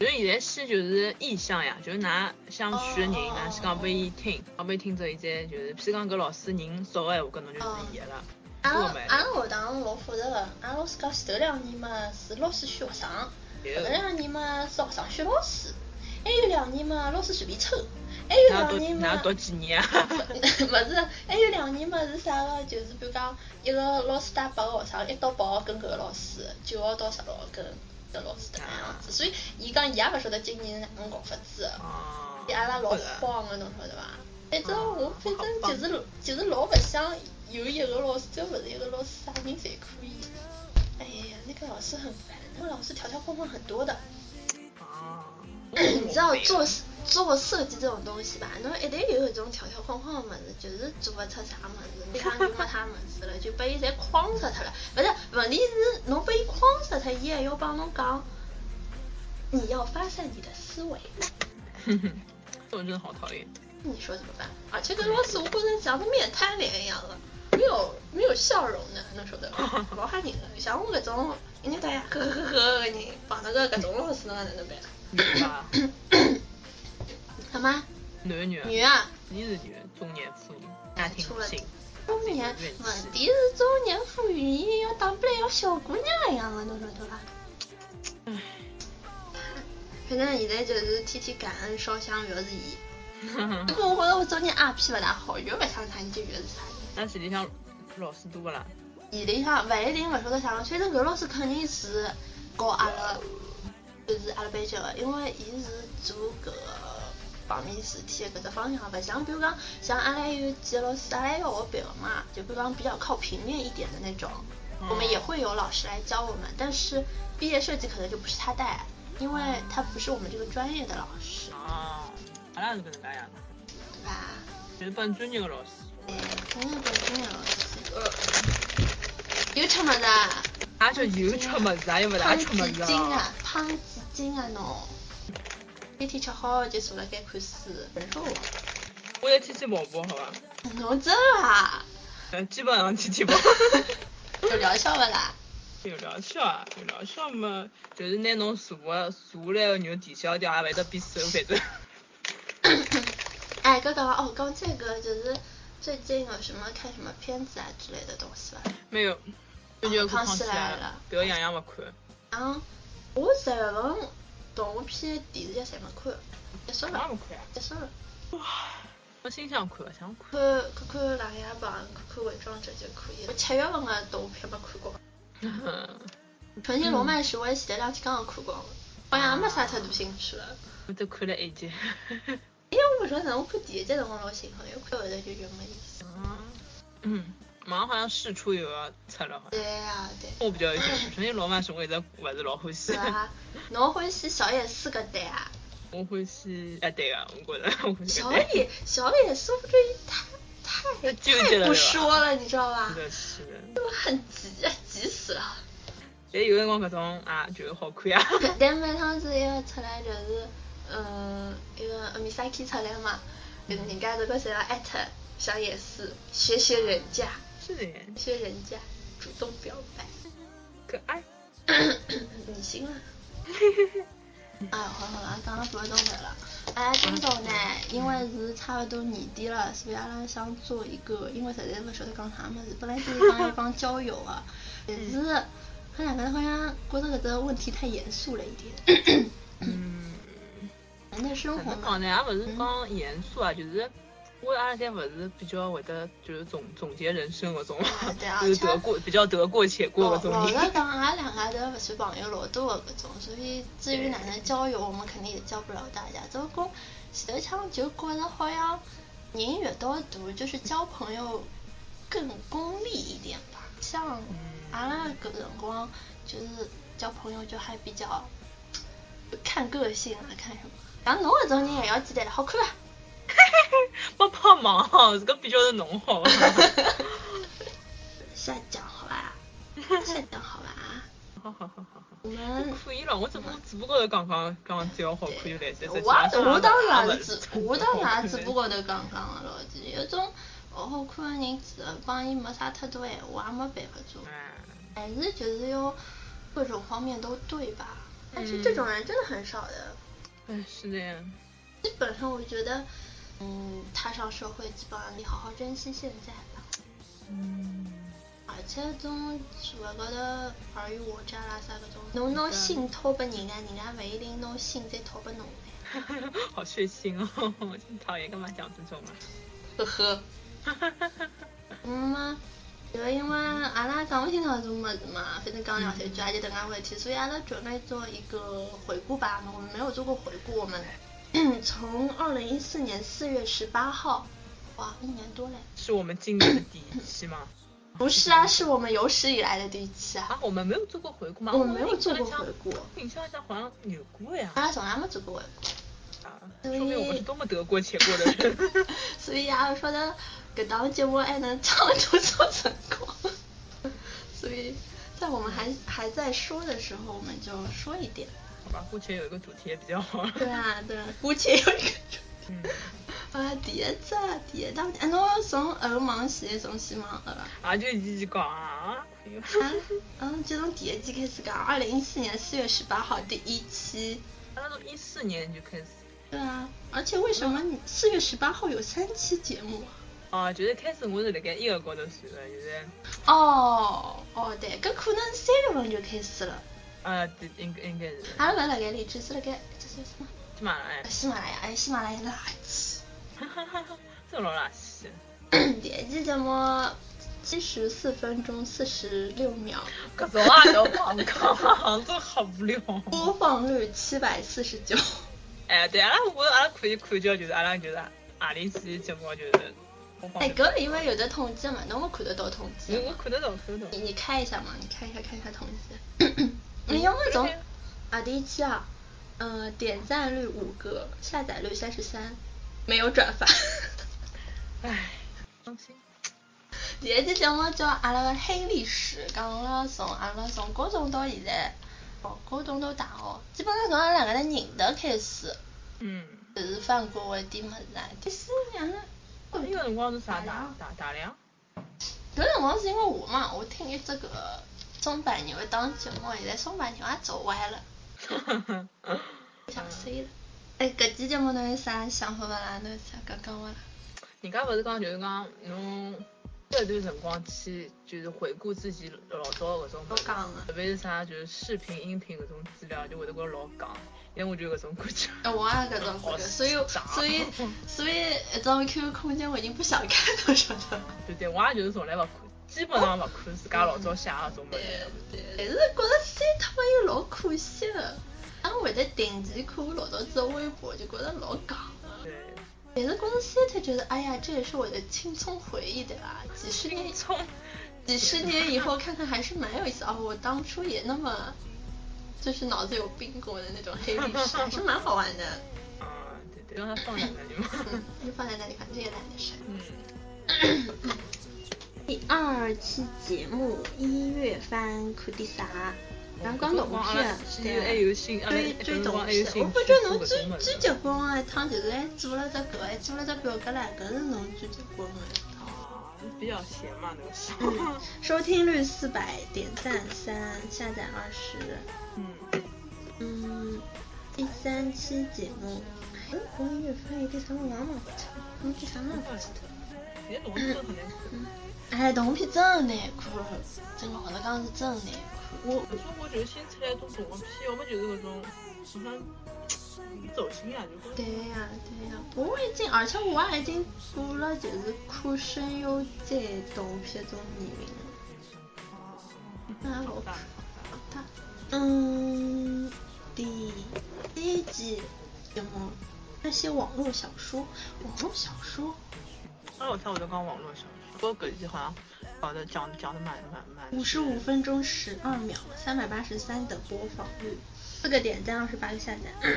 S3: 就是现在先就是意向呀，就是㑚想选的人，
S2: 哦
S3: 㑚先讲拨伊听，讲拨伊听之后，伊再就是，譬如讲搿老师人少个闲话，搿侬就是伊个了。
S2: 阿拉
S3: 我满意
S2: 阿拉学堂老复杂个，阿拉老师讲前头两年嘛是老师选学生，后头
S3: 有
S2: 两年嘛是学生选老师，还有两年嘛老师随便抽，还有
S3: 㑚
S2: 两
S3: 读
S2: 年
S3: 㑚
S2: 嘛。
S3: 读几年啊？
S2: 勿是，还有两年嘛是啥个？就是比如讲，一个老师带八个学生，一到八号跟搿个老师，九号到十六号跟搿老师迭能样子。所以伊讲伊也勿晓得今年是哪能搞法子的，
S3: 哦，
S2: 阿拉老
S3: 不是
S2: 慌个，侬晓得伐？反正
S3: 嗯
S2: 我反正就是就是老勿想有一个老师，真勿是一个老师啥人侪可以。哎呀，那个老师很烦，那个老师条条框框很多的。
S3: 哦，
S2: 你知道
S3: *coughs*
S2: 做做设计这种东西吧，侬一定有一种条条框框的么子，就是做不出啥么子，你啊讲就没啥么子了，就把伊侪框死脱了。不是，问题是侬把伊框死脱，伊还要帮侬讲，你要发散你的思维，
S3: 这种真的好讨厌。
S2: 你说怎么啊办？而且跟老师我觉着像个面瘫脸一样的，没有没有笑容的，侬 *laughs* 晓得伐？老吓人的，像我搿种，人家大家呵呵呵呵个人，碰到个搿种老师，侬哪能办？
S3: 女的吧， *coughs*
S2: 好吗？
S3: 男的女的，
S2: 女啊。
S3: 你是女的，中年妇女，家庭
S2: 出了
S3: 性，
S2: 中年问题是中年妇女伊要打扮像小姑娘一样的，侬晓得伐？
S3: 唉
S2: 反正现在就是天天感恩烧香越是伊。不过我觉着我中间阿屁勿大好，越勿想啥人就越是啥人。
S3: 那群里向老师多不啦？
S2: 现里向勿一定勿晓得啥人，反正搿老师肯定是教阿拉，就是阿拉班级个，因为伊是做搿个方面事体的搿只方向的，勿像比如讲像阿拉有几个老师，阿拉要学别个嘛，就比如讲比较靠平面一点的那种。我们也会有老师来教我们，但是毕业设计可能就不是他带，因为他不是我们这个专业的老师，
S3: 哦，阿拉是搿能介样的，
S2: 对吧？
S3: 就是帮专业的老师。
S2: 哎，专业的专业老师，呃，有吃么子啊？
S3: 也就又吃么子啊，又勿大
S2: 胖
S3: 吃么
S2: 几
S3: 子
S2: 斤啊？胖几斤啊？侬每天吃好就坐辣该看书，很瘦啊！
S3: 我要天天跑步，好伐？
S2: 侬真 *laughs* 啊？
S3: 嗯，基本上天天跑。
S2: 有疗效勿 *laughs* 啦？
S3: 有疗效啊，有疗效嘛，就是拿侬坐个坐下来个肉抵消掉，也勿会得变瘦，反正。
S2: 哎，刚刚哦，刚这个就是最近有什么看什么片子啊之类的东西吧？
S3: 没有，最近要看
S2: 康
S3: 康
S2: 熙
S3: 熙
S2: 来
S3: 来
S2: 了
S3: 了，搿个样样勿看。
S2: 啊，我十月份动画片电视剧侪没看，结束
S3: 哪
S2: 了，
S3: 勿看啊？
S2: 结束了。
S3: 我心想看，想看。
S2: 看看看《琅琊榜》，看看《伪装者》就可以了。我七月份的动画片没看过，《纯情罗曼史》我也前头两天刚哎刚看光了，好像也没啥太大兴趣了。
S3: 我只看了一集。
S2: 因为哎我勿晓得，我看第一集辰光老兴奋，越看后头就越没意思。
S3: 嗯，马上好像试出又要出了，好像。
S2: 对啊，对。
S3: 我比较有兴趣，首先罗曼史我一直勿是老欢喜
S2: 是，
S3: *laughs*
S2: *laughs* 啊，侬欢喜小野四个对啊？
S3: 我欢喜哎对个，我觉着我欢喜
S2: 小
S3: 搿对。
S2: 野小野说不出太太
S3: 纠结
S2: 太
S3: 了对
S2: 不
S3: 吧
S2: 说了，你知道吧
S3: 是？的，是的。
S2: 我很急，急死了。 *laughs*
S3: 但有辰光搿种啊，就是好看啊。 *laughs*
S2: 但每趟子一个出来就是，嗯，一个米萨基出来嘛，人家这个谁要艾特小野寺，学学人家，
S3: 是的，
S2: 学人家，主动表白，
S3: 可爱。
S2: *coughs* 你行了。哎呦，好了好了，讲了半个钟头了。哎，今朝呢，因为是差不多年底了，所以阿拉想做一个，因为实在不晓得讲啥么子，本来就是讲要讲交友啊，但是，俺两个人好像觉得搿个问题太严肃了一点，
S3: 嗯，
S2: 人的生
S3: 怎
S2: 活
S3: 么
S2: 嘛
S3: 讲。呢？也勿是讲严肃啊，就是我阿拉侪勿是比较会得就是总总结人生搿种
S2: 啊对啊，
S3: *laughs*
S2: 哦
S3: 就是
S2: 像
S3: 得过比较得过且过
S2: 老
S3: 搿种 *laughs*
S2: 老
S3: 人。
S2: 实讲，俺两个都不是朋友老多的搿种，所以至于哪能交友，我们肯定也教不了大家。只不过前头腔就觉得好像人越到大，就是交朋友更功利一点吧。像俺拉搿辰光，就是交朋友就还比较看个性啊，看什么。像侬搿种人也要记得，好看 *laughs* 伐？
S3: *laughs* 没帮忙，这个比较是侬好。
S2: 下讲好吧，下讲好吧。
S3: 好好好好好，
S2: 我们
S3: 可以了。我只不只不过是刚刚刚刚只要好看有来塞塞
S2: 我我当然
S3: 是
S2: *laughs* 只，我当然只不过头讲讲个咯，就是有种哦勿好看的人，帮伊没啥太多闲话，也没办法做，还是就是要各种方面都对吧？但是这种人真的很少的，
S3: 哎，是的呀，
S2: 基本上我觉得，嗯，踏上社会，基本上你好好珍惜现在吧。
S3: 嗯，
S2: 而且种社会高头尔虞我诈啦啥搿种，侬拿信托拨人家，人家勿一定拿信再托拨侬嘞。
S3: 好血腥哦，我真讨厌，干嘛讲这种啊？
S2: 呵呵。嗯嘛，就因为阿拉讲勿清爽种物事嘛，反正讲两三句也就迭能介回事体，所以阿拉准备做一个回顾吧。我们没有做过回顾，我们 *clears throat* 从二零一四年四月十八号，哇，一年多嘞。
S3: 是我们今年的第一期吗？
S2: 不是啊，是我们有史以来的第一期啊。
S3: 啊，我们没有做过回顾吗？
S2: 我没有做过回顾，
S3: 印象像好像有过呀
S2: 阿，拉从来没做过回顾。 *laughs*
S3: 啊说明我们是多么得过且过的人。
S2: 所以啊，我说的搿档节目还能长久做成功， *laughs* 所以在我们还还在说的时候，我们就说一点。
S3: 好吧，目前有一个主题也比较好。
S2: 对啊，对啊，姑且有一个。
S3: 嗯，
S2: 啊，第一只，第一档，啊，侬从后忙起，从先忙后啊。
S3: 啊，就一直讲啊，哎呦
S2: 啊，嗯，就从第一季开始讲，二零一四年四月十八号第一期。
S3: 他那从一四年就开始，
S2: 对啊，而且为什么你四月十八号有三期节目啊？
S3: 啊，就是开始我是辣盖一个高头算的，就是，
S2: 哦，哦对，搿可能三月份就开始了。
S3: 呃，对应该应该是，
S2: 阿拉勿是辣盖荔枝，是辣盖这是什么？
S3: 起码哎，
S2: 喜马拉雅，哎，喜马拉雅垃圾。 *laughs*
S3: 哈哈哈哈，这种老垃圾，
S2: 第一期节目七十四分钟四十六秒，
S3: 各种啊都忘讲，这好无聊。
S2: 播放率七百四十九。
S3: 哎，对，阿拉我阿拉可以看叫就是阿拉就是阿里期节目就是，我
S2: 哎，搿个因为有的统计嘛，侬会看得到统计
S3: 我
S2: 吗。
S3: 看得懂看得
S2: 你
S3: 懂，
S2: 你看一下嘛，你看一下看一下统计。 *clears throat* 你要么
S3: 嗯
S2: 从啊第一期啊，呃，点赞率五个，下载率三十三，没有转发。 *laughs*
S3: 哎，伤心。
S2: 第一期节目叫阿拉个黑历史，讲了从阿拉从高中到现在，哦，高中到大学，基本上从阿拉两个人认得开始，
S3: 嗯，
S2: 就是犯过的点物事啊。第四年呢，搿
S3: 那个辰光是啥打打打量？ *laughs*
S2: 辰光是因为我嘛，我听一只搿个松板牛的当节目，现在松板牛也走歪了，不想 say 了。哎，搿期节目侬有啥想法勿啦？侬有啥讲讲勿啦？
S3: 人家勿是讲就是讲侬这段辰光去就是回顾自己老早搿种物
S2: 我
S3: 事，
S2: 讲啊，
S3: 特别是啥就是视频、音频搿种资料，就会得觉着老戆，因为我就有搿种感觉。 *laughs*
S2: 哎，我也搿种感觉，所以所以所以一种 QQ 空间我已经不想看了，晓得伐？
S3: 对对，我也就是从来勿看，基本上勿看自家老早写的搿种物事。
S2: 但是觉得删脱了又老可惜了。俺会得定期看我老早子的微博，就觉得老戆了。
S3: 对，
S2: 但是觉得删脱，觉得哎呀，这也是我的青葱回忆对吧？几十年
S3: 轻，松。
S2: 几十年以后看看还是蛮有意思哦。我当初也那么，就是脑子有病过的那种黑历史，还是蛮好玩的。
S3: 啊，对对，让它放在那里嘛。
S2: 嗯，就放在那里，反正也懒得删。
S3: 嗯，
S2: 第二期节目一月番看点啥？阳光动画片，
S3: 现
S2: 对
S3: 在还哎有新，阿拉
S2: 追追
S3: 辰
S2: 动
S3: 光还有
S2: 片，
S3: 新
S2: 我
S3: 出
S2: 不
S3: 搿
S2: 觉得侬最
S3: 种物
S2: 最
S3: 事。
S2: 结棍的一趟，就是还做了只搿，还做了只表格唻，搿是侬最结棍的一趟。
S3: 啊，比较闲嘛，那个时
S2: *laughs*
S3: 候。
S2: 收听率四百，点赞三，下载二十。
S3: 嗯，
S2: 嗯，第三期节目，哎，我音乐翻译第三个王嘛，我第三个。
S3: 现在动画片都很难看。
S2: 哎，动画片真的难看，真的，我来讲是真的难看。我
S3: 中国就是新出来一种动画片，要么就是搿种，好像你走心啊，就
S2: 对呀、对呀、我已经，而且我也已经过了就是看声优界动画片种年龄了。那
S3: 好
S2: 我
S3: 大。
S2: 他，嗯，第第一季节目那些网络小说，网络小说，
S3: 那我猜我就刚网络小说，不过搿期好像搞得讲讲的蛮蛮蛮。
S2: 五十五。分钟十二秒，三百八十三的播放率，四个点赞，二十八个下载。 *clears throat*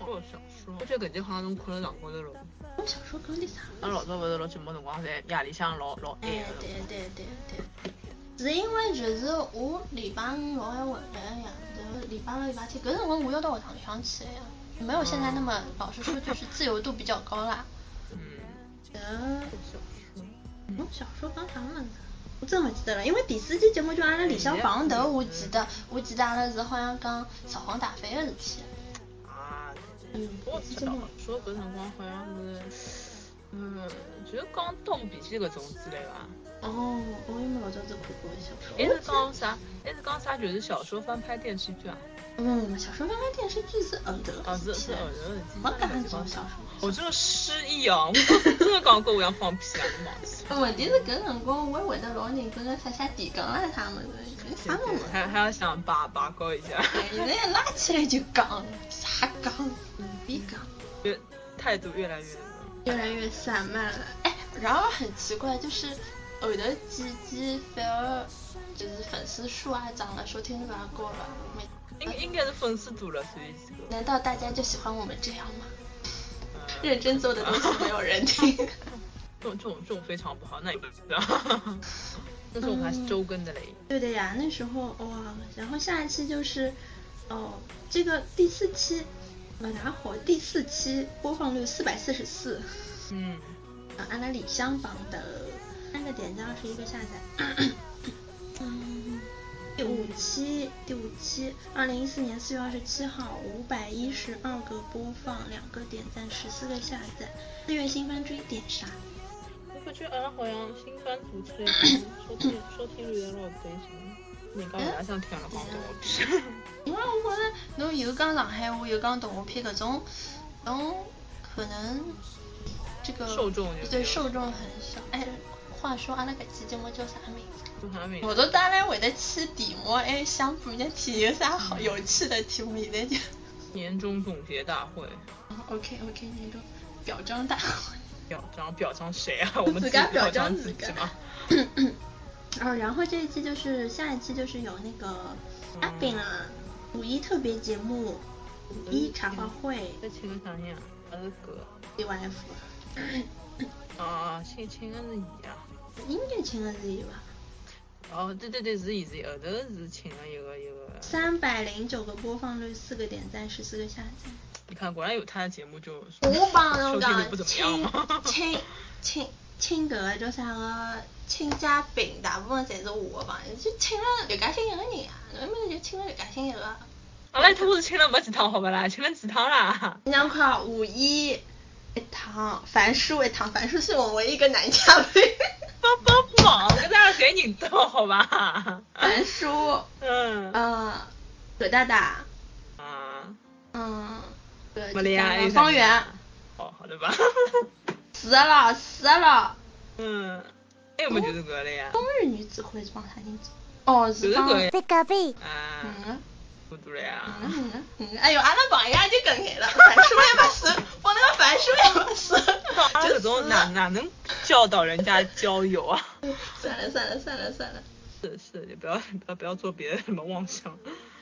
S3: 我有小说，我就搿节好像侬看了上高头咯。
S2: 我小说讲的啥？
S3: 俺老早勿是老寂寞辰光，侪夜里向老老
S2: 哎
S3: 晚个，
S2: 对对对对，是因为就是我礼拜五老爱回来呀，然后礼拜六、礼拜天，搿辰光我要到学堂里向去的呀，没有现在那么，老实说就是自由度比较高啦。
S3: 嗯，
S2: 嗯，侬小说讲啥么子？我真勿记得了，因为第四期节目就阿拉里向碰头，我记得，我记得阿拉是好像讲扫黄打非个事体。
S3: 啊，
S2: 嗯，
S3: 我记得说搿辰光好像是，嗯，就是讲《盗墓笔记》搿种之类伐？
S2: 哦，我也没老早子看过小说。哦
S3: 还是讲啥？还是讲啥？就是小说翻拍电视剧啊？
S2: 嗯，小说翻拍电视哦剧是后头
S3: 啊，
S2: 的
S3: 是
S2: 事
S3: 是
S2: 体
S3: 后头，的事体
S2: 没搿能种小
S3: 我
S2: 说。
S3: 真的失忆啊！我 *laughs* 当时真的讲过我要放屁啊！我忘记了。
S2: 问题是搿辰光我也会得老认真个写写提纲啦啥物事，搿啥物 *laughs* 事？
S3: *laughs* 还还要想拔拔高一下，
S2: 现在拉起来就讲，啥讲？随便讲。
S3: 越态度越来越那
S2: 越来越散漫了。哎，然后很奇怪，就是后头几季反而就是粉丝数啊涨了，收听率啊高了。没
S3: 个，应应该是粉丝多了，所以这个
S2: 难道大家就喜欢我们这样吗？
S3: 呃
S2: 认真做的东西没有人听。 *laughs*
S3: 这种这种这种非常不好，那你知道， *laughs* 这种还是周更的嘞。
S2: 对的呀，那时候哇，然后下一期就是，哦，这个第四期，呃，哪火？第四期播放率四百四十四，
S3: 嗯，
S2: 啊，安拉里香榜的三个点加二十一个下载。嗯，第五期，第五期，二零一四年四月二十七号，五百一十二个播放，两个点赞，十四个下载。四月新番追点啥？
S3: 我感觉俺好像新番主持人收听收听率老低什你刚才想听了广东话，
S2: 因为我觉着侬又讲上海话，又讲动画片搿种，侬可能这个
S3: 受众就
S2: 对受众很小。哎，话说阿拉搿期节目叫啥名字？
S3: 众还没。
S2: 我都当然会得起题目，哎，想补一题有啥好有趣的题目？现在 *laughs* 就
S3: 年终总结大会，
S2: OK OK，年终表彰大会。
S3: 表彰表彰谁啊？我 *laughs* 们
S2: 自个
S3: 己
S2: 表彰
S3: 彰
S2: 自啊
S3: 己
S2: 个
S3: 吗？
S2: *coughs* 哦，然后这一期就是下一期就是有那个
S3: 嗯
S2: 阿炳啊，五一特别节目，五一茶话会
S3: 这请个啥呀？还是哥。
S2: DYF，嗯
S3: 啊，请请个是伊啊。
S2: 应该请的是伊吧？
S3: 哦，对对对，是伊是伊，后头是请了一个一个。
S2: 三百零九个播放率，四个点赞，十四个下载。
S3: 你看，果然有他的节目就
S2: 我帮
S3: 收
S2: 侬
S3: 听率
S2: 讲
S3: 不，怎么样
S2: 请
S3: 嘛。
S2: 请请请搿个叫啥个请嘉宾，大部分侪是我个朋友，就请了刘嘉欣一个人啊，侬没就请了刘嘉欣一个。
S3: 阿拉一拖是请了没几趟，好不啦？请了几趟啦？
S2: 你想看五一一堂，樊叔一堂，樊叔是我唯一一个男嘉宾。
S3: 帮帮忙，搿咱谁认得好吧？
S2: 樊叔，
S3: 嗯
S2: 呃，葛大大，
S3: 啊，
S2: 嗯，葛
S3: 没了呀，还有啥
S2: 方圆，
S3: 哦，好的吧。 *laughs*
S2: 死了死了，
S3: 嗯，还有么就是搿个了呀？
S2: 冬日女子会帮啥人做？哦，
S3: 就是
S2: 帮
S3: 是搿个呀
S1: 在隔壁。
S3: 啊，
S2: 嗯。
S3: 不多了呀。
S2: 嗯嗯，哎呦，阿拉朋友也就搿眼了，樊叔也没死，我那个樊叔也没死，
S3: 阿拉
S2: 就
S3: 搿
S2: 死
S3: 种哪
S2: 了。
S3: 哪能教导人家交友啊？
S2: 算了算了算了算了，
S3: 是是，也不要不要不要做别的什么妄想。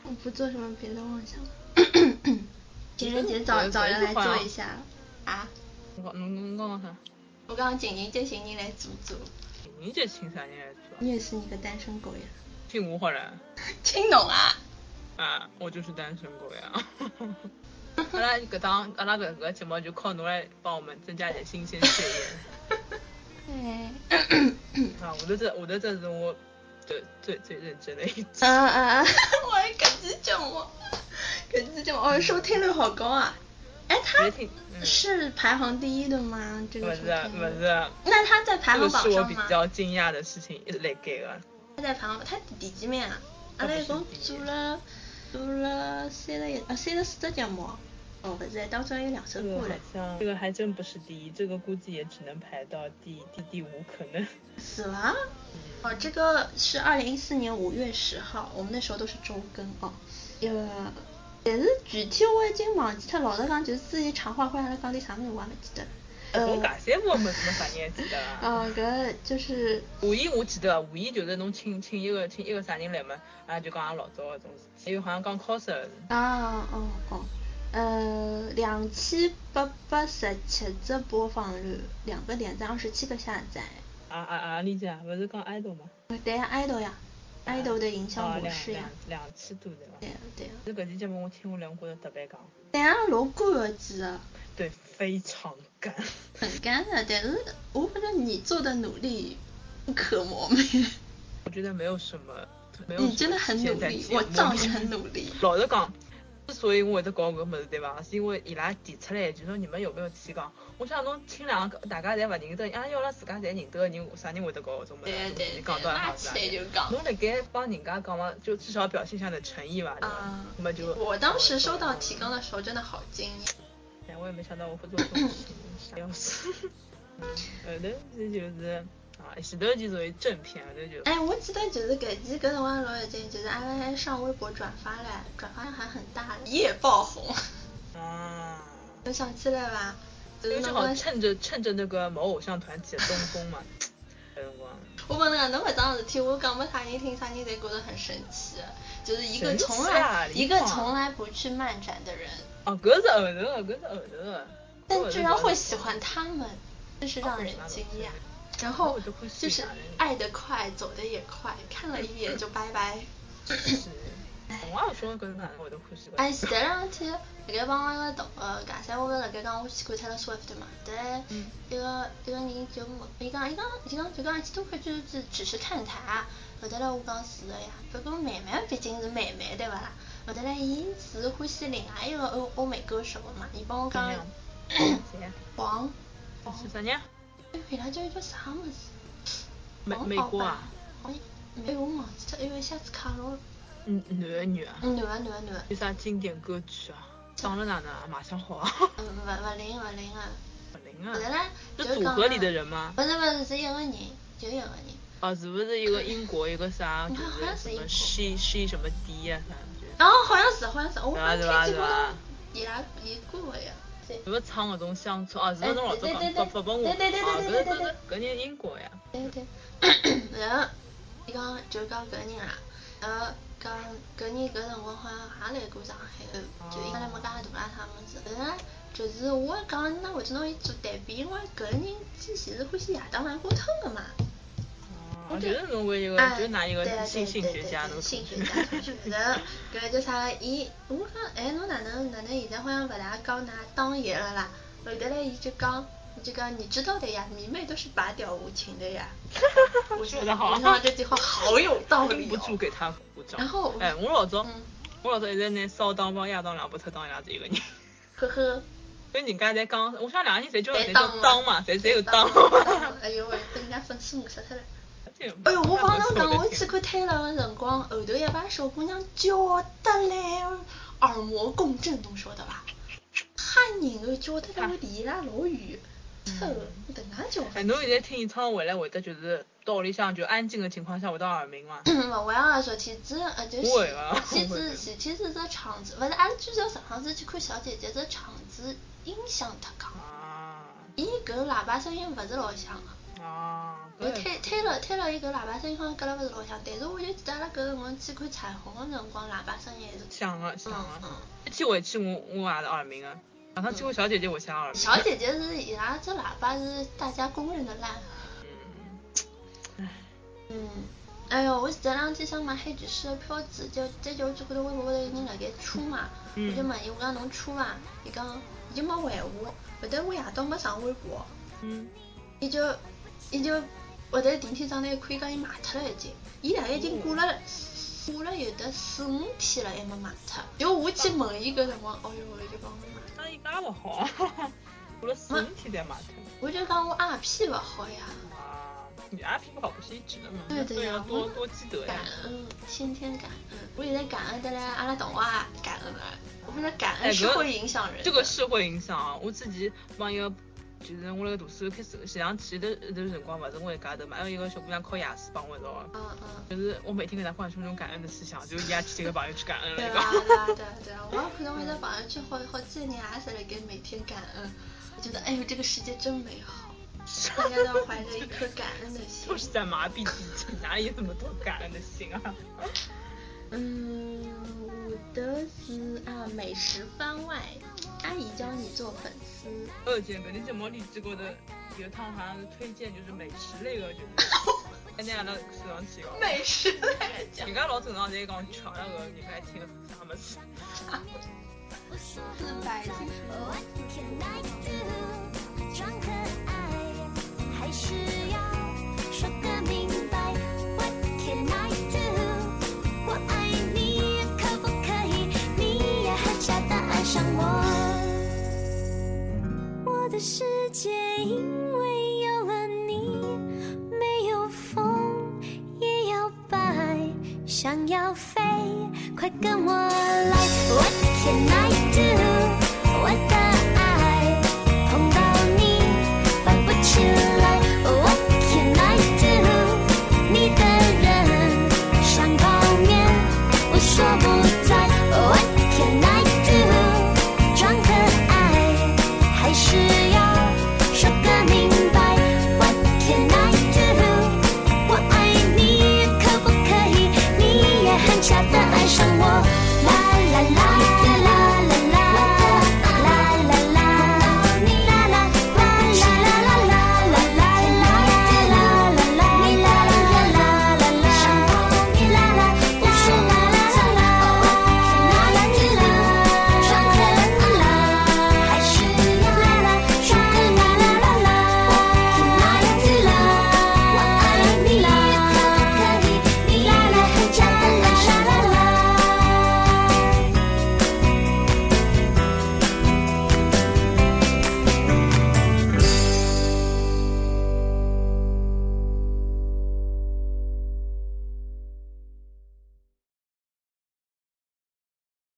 S2: 我不做什么别的妄想了。情人节早早上来做一下啊！
S3: 我讲侬侬讲讲啥？
S2: 我刚刚情人节寻你来做做，
S3: 你这请啥人来做？
S2: 你也是一个单身狗呀，
S3: 请我好了。
S2: 听懂啊？
S3: 啊，我就是单身狗呀。阿拉搿档阿拉搿个节目就靠侬来帮我们增加点新鲜血液
S2: 嗯
S3: 啊！我的这我的这是我最最最认真的一次。
S2: 啊啊！我搿期节目，搿期节目哦，收听率好高啊！哎，
S3: 别
S2: 他
S3: 听，嗯，
S2: 是排行第一的吗？这
S3: 不
S2: 个
S3: 是
S2: 收
S3: 不
S2: 听率？
S3: 是，
S2: 那他在排
S3: 这个
S2: 行
S3: 是
S2: 榜
S3: 我
S2: 上
S3: 比
S2: 吗？
S3: 较惊讶的事情，一直来改个。
S2: 他在排行，他第几名啊？阿拉一共做了做了三十一啊三十四只节目，哦不是，当中有两首
S3: 这个
S2: 歌
S3: 好
S2: 嘞，
S3: 像这个还真不是第一，这个估计也只能排到第第第五可能。
S2: 是吧？
S3: 嗯
S2: 哦，这个是二零一四年五月十号，我们那时候都是周更哦。
S3: 嗯
S2: 呃，但是具体我已经忘记脱，老实讲就是自己茶话会阿拉讲点啥物事我也勿记得了。
S3: 我
S2: 呃
S3: 搿些我没什么啥人记得啊。
S2: 呃，搿就是
S3: 五一我记得，五一就是侬请请一个请一个啥人来嘛，啊就讲俺老早搿种事体，因为好像讲 coser，
S2: 啊哦哦，
S4: 呃，两千八百十七只播放率，两百点赞，二十七个下载。
S3: 啊啊啊！理解，勿是讲 idol 嘛
S4: 对呀，idol 呀，idol 的营销
S3: 哦，
S4: 模
S3: 两
S4: 式呀
S3: 两。两千多对伐
S4: 对？呀，对呀。
S3: 是搿期节目我听我两哥特别讲，
S4: 对呀，老赶得及的，
S3: 对，非常干。 *laughs*
S2: 很干的，但是我觉得你做的努力不可磨灭，
S3: 我觉得没有什么，没有什么
S2: 你真的很努
S3: 现在
S2: 力，
S3: 节目
S2: 我仗你很努力。
S3: 老实讲，之所以我会得搞搿个物事，对伐？是因为伊拉提出来，就说你们有没有去讲？我想侬听两个，大家侪勿认得，阿拉哎要拉自家侪认得个人，啥人会得搞搿种物事？
S2: 对对啊
S3: 侬讲
S2: 对，
S3: 到
S2: 拉
S3: 好
S2: 起
S3: 啥？
S2: 来就讲。
S3: 侬辣盖帮人家讲嘛，就至少表现上的诚意吧，对伐？
S2: 啊
S3: 那么就
S2: 我当时收到提纲的时候真的好惊讶，
S3: 哎，我也没想到我会做这种事情，要死。
S2: *laughs*
S3: 后头嗯呃这就是啊，前头就属于正片，后头就
S2: 哎，我记得就是搿期搿辰光老有劲，就是阿拉还上微博转发了，转发量还很大的，一夜爆红，
S3: 啊，
S2: 能 *laughs* 想起来吧？就
S3: 因
S2: 是
S3: 为正
S2: 侬
S3: 好
S2: 讲
S3: 趁着趁着那个某偶像团体的东风嘛，哎搿辰光。
S2: 我本来侬搿桩事体，我讲拨啥人听，啥人侪觉得很神奇。就是一个
S3: 神奇
S2: 从来、
S3: 啊
S2: 一
S3: 李
S2: 个
S3: 广
S2: 从来不去漫展的人，
S3: 哦，搿是后头的，搿是后头的。
S2: 但居然会喜欢他们，真
S3: 哦
S2: 是让人惊讶。然后
S3: 我哦就会
S2: 就
S3: 喜
S2: 是
S3: 欢人
S2: 爱得快，走得也快，看了一眼就拜拜。 *clears throat*
S3: 是，我也说搿哪能会得欢喜
S2: 哎，
S3: 搿。
S2: 前两天辣盖帮阿拉同呃尬三，我勿是辣盖讲我去看 Taylor Swift 嘛，但
S3: 嗯
S2: 一个一个人就问伊讲伊讲伊讲就讲一千多块就是只只是看台，后头来我讲是的呀，不过妹妹毕竟是妹妹对伐啦？后头来伊是欢喜另外一个欧欧美歌手嘛，伊帮我讲
S3: 娘
S2: *clears throat*
S3: 谁呀？
S2: 黄，哦
S3: 是啥人？
S2: 哎，伊拉叫伊叫啥物事？
S3: 美美国啊？
S2: 黄奥巴马？哎，我忘记脱，因为一下子卡牢了。
S3: 嗯，啊男的女的？
S2: 嗯，男的男的男的，
S3: 有啥经典歌曲啊？长了哪能啊？马上好啊？ *laughs*
S2: 嗯，勿勿灵勿灵啊！
S3: 不灵
S2: 后头
S3: 啊！
S2: 来就是
S3: 组
S2: 讲
S3: 合里的
S2: 啊
S3: 人吗？
S2: 不是不是，是一个人，就一个人。
S3: 哦，是不是一个英国一个啥？
S2: 嗯
S3: 就
S2: 好像是
S3: 什
S2: 英国
S3: 么 she she 什么 d 啊啥的？就是
S2: 然后好像是好像是，哦我
S3: 对伐
S2: 好
S3: 对伐对
S2: 像听见过
S3: 伐？
S2: 伊拉伊歌个呀。对
S3: 什么唱搿种乡村啊？是搿种老早
S2: 哎对对对
S3: 讲不不问我
S2: 对对对
S3: 啊？
S2: 对
S3: 搿
S2: 对对
S3: 搿
S2: 对
S3: 搿搿人英国呀？
S2: 对对。然后伊讲就讲搿个人啊，然后讲搿人搿辰光好像也来过上海，呃就应该来没介大啦啥物事。但是就是我讲，那为什么伊做代表？因为搿人之前是欢喜亚当兰波特个嘛。
S3: 哦，就是侬搿一个，
S2: 哎，
S3: 就拿一个
S2: 对啊
S3: 性
S2: 对
S3: 性
S2: 对
S3: 学
S2: 对
S3: 家
S2: 对
S3: 侬
S2: 性学家同学，然后搿叫啥？伊我讲，哎，侬哪能哪能现在好像勿大讲㑚当爷了啦？后头来伊就讲，伊就讲，你知道的呀，迷妹都是拔屌无情
S3: *laughs*
S2: 的呀。我
S3: 说
S2: 说，
S3: 得好
S2: 我想这句话好有道理
S3: 不住
S2: 哦。
S3: 给他鼓掌。
S2: 然后我
S3: 哎，我老早
S2: 嗯，
S3: 我老早一直拿骚当帮亚当两伯特当伊拉这一个人，
S2: 呵呵，
S3: 跟人家在讲，我想两个人谁叫
S2: 谁
S3: 谁叫
S2: 当
S3: 当嘛，谁谁有当。
S2: 哎呦喂，被人家粉丝饿死脱了。哎
S3: 哎
S2: 呦，我帮侬讲，我去看泰勒的辰光，后头一班小姑娘叫得来耳膜共振，侬晓得伐？吓人个，叫得来我离伊拉老远，臭，我迭能介叫
S3: *laughs* 哎，侬现在听演唱会嘞，会得就是到屋里向就安静的情况下会得耳鸣嘛？
S2: 勿会啊，昨天子呃就呃
S3: 不会啊
S2: 前天
S3: 不会
S2: 子前天子只场子，勿是，俺最早上趟子去看小姐姐只场子音响特戆，
S3: 啊
S2: 伊搿喇叭声音勿是老响个。
S3: 啊，
S2: 我
S3: 搿
S2: 推推了推了伊搿喇叭声音好像隔了勿是老响，但是我就记得阿拉搿辰光去看彩虹的辰光，喇叭声音还是
S3: 响啊响
S2: 嗯
S3: 啊！
S2: 嗯。
S3: 一天回去我我也是耳鸣啊，晚上去过小姐姐我想耳鸣。
S2: 小姐姐是伊拉啊这喇叭是大家公认的烂。啊嗯，哎呦，我前两天想买黑执事的票子，就这就只看到微博高头有人辣盖出嘛，我就
S3: 嗯
S2: 问伊，我讲侬出伐？伊讲伊就没回我，后头我夜到没上微博，
S3: 嗯，
S2: 伊就伊就后头电梯上来看，伊讲伊卖脱了已经，伊大概已经过了。过了有得四五天了，还没卖脱。就我去问伊搿辰光，哦哟，伊就帮我买。
S3: 那伊家勿好， *laughs* 过了四五天才买脱。
S2: 我就讲我 RP 勿好呀，
S3: 啊，你 R P 不好不是一直的吗？
S2: 对的呀
S3: 所以要
S2: 我
S3: 多多积德呀
S2: 感。恩，先天感恩。我现在感恩的嘞，阿拉同学也感恩了。我们的感恩
S3: 哎
S2: 是
S3: 搿
S2: 会影响人的。
S3: 这个是会影响啊。我之前帮一个，就是我那个读书开始前两期的头辰光，勿是我一家头嘛，还有一个小姑娘考雅思帮我一道的。哦
S2: 嗯嗯，
S3: 就是我每天给她灌输那种感恩的思想，就是伊也去这个朋友去感恩了，
S2: 对
S3: 一
S2: 啊
S3: 个。
S2: 对啊对啊对啊！我也看到我在朋友圈好好几个人也是来给每天感恩，我觉得哎呦这个世界真美好，大家都要怀着一颗感恩的
S3: *laughs*
S2: 心
S3: 就。是在麻痹自己，哪有这么多感恩的心啊？
S2: 嗯，我的是啊，美食番外，阿姨教你做粉丝。
S3: 二姐搿天节目里见过的有一趟好像是推荐就是美食类的，就是哎，那阿拉市场去讲，
S2: 美食来讲，
S3: 人家老正常侪讲吃，阿拉搿人家还听啥物事？
S2: 是百姓鹅。
S1: 装可爱，还是要说个明白。What can I do？我爱你，可不可以？你也很傻的爱上我。我的世界因为有了你，没有风也摇摆。想要飞，快跟我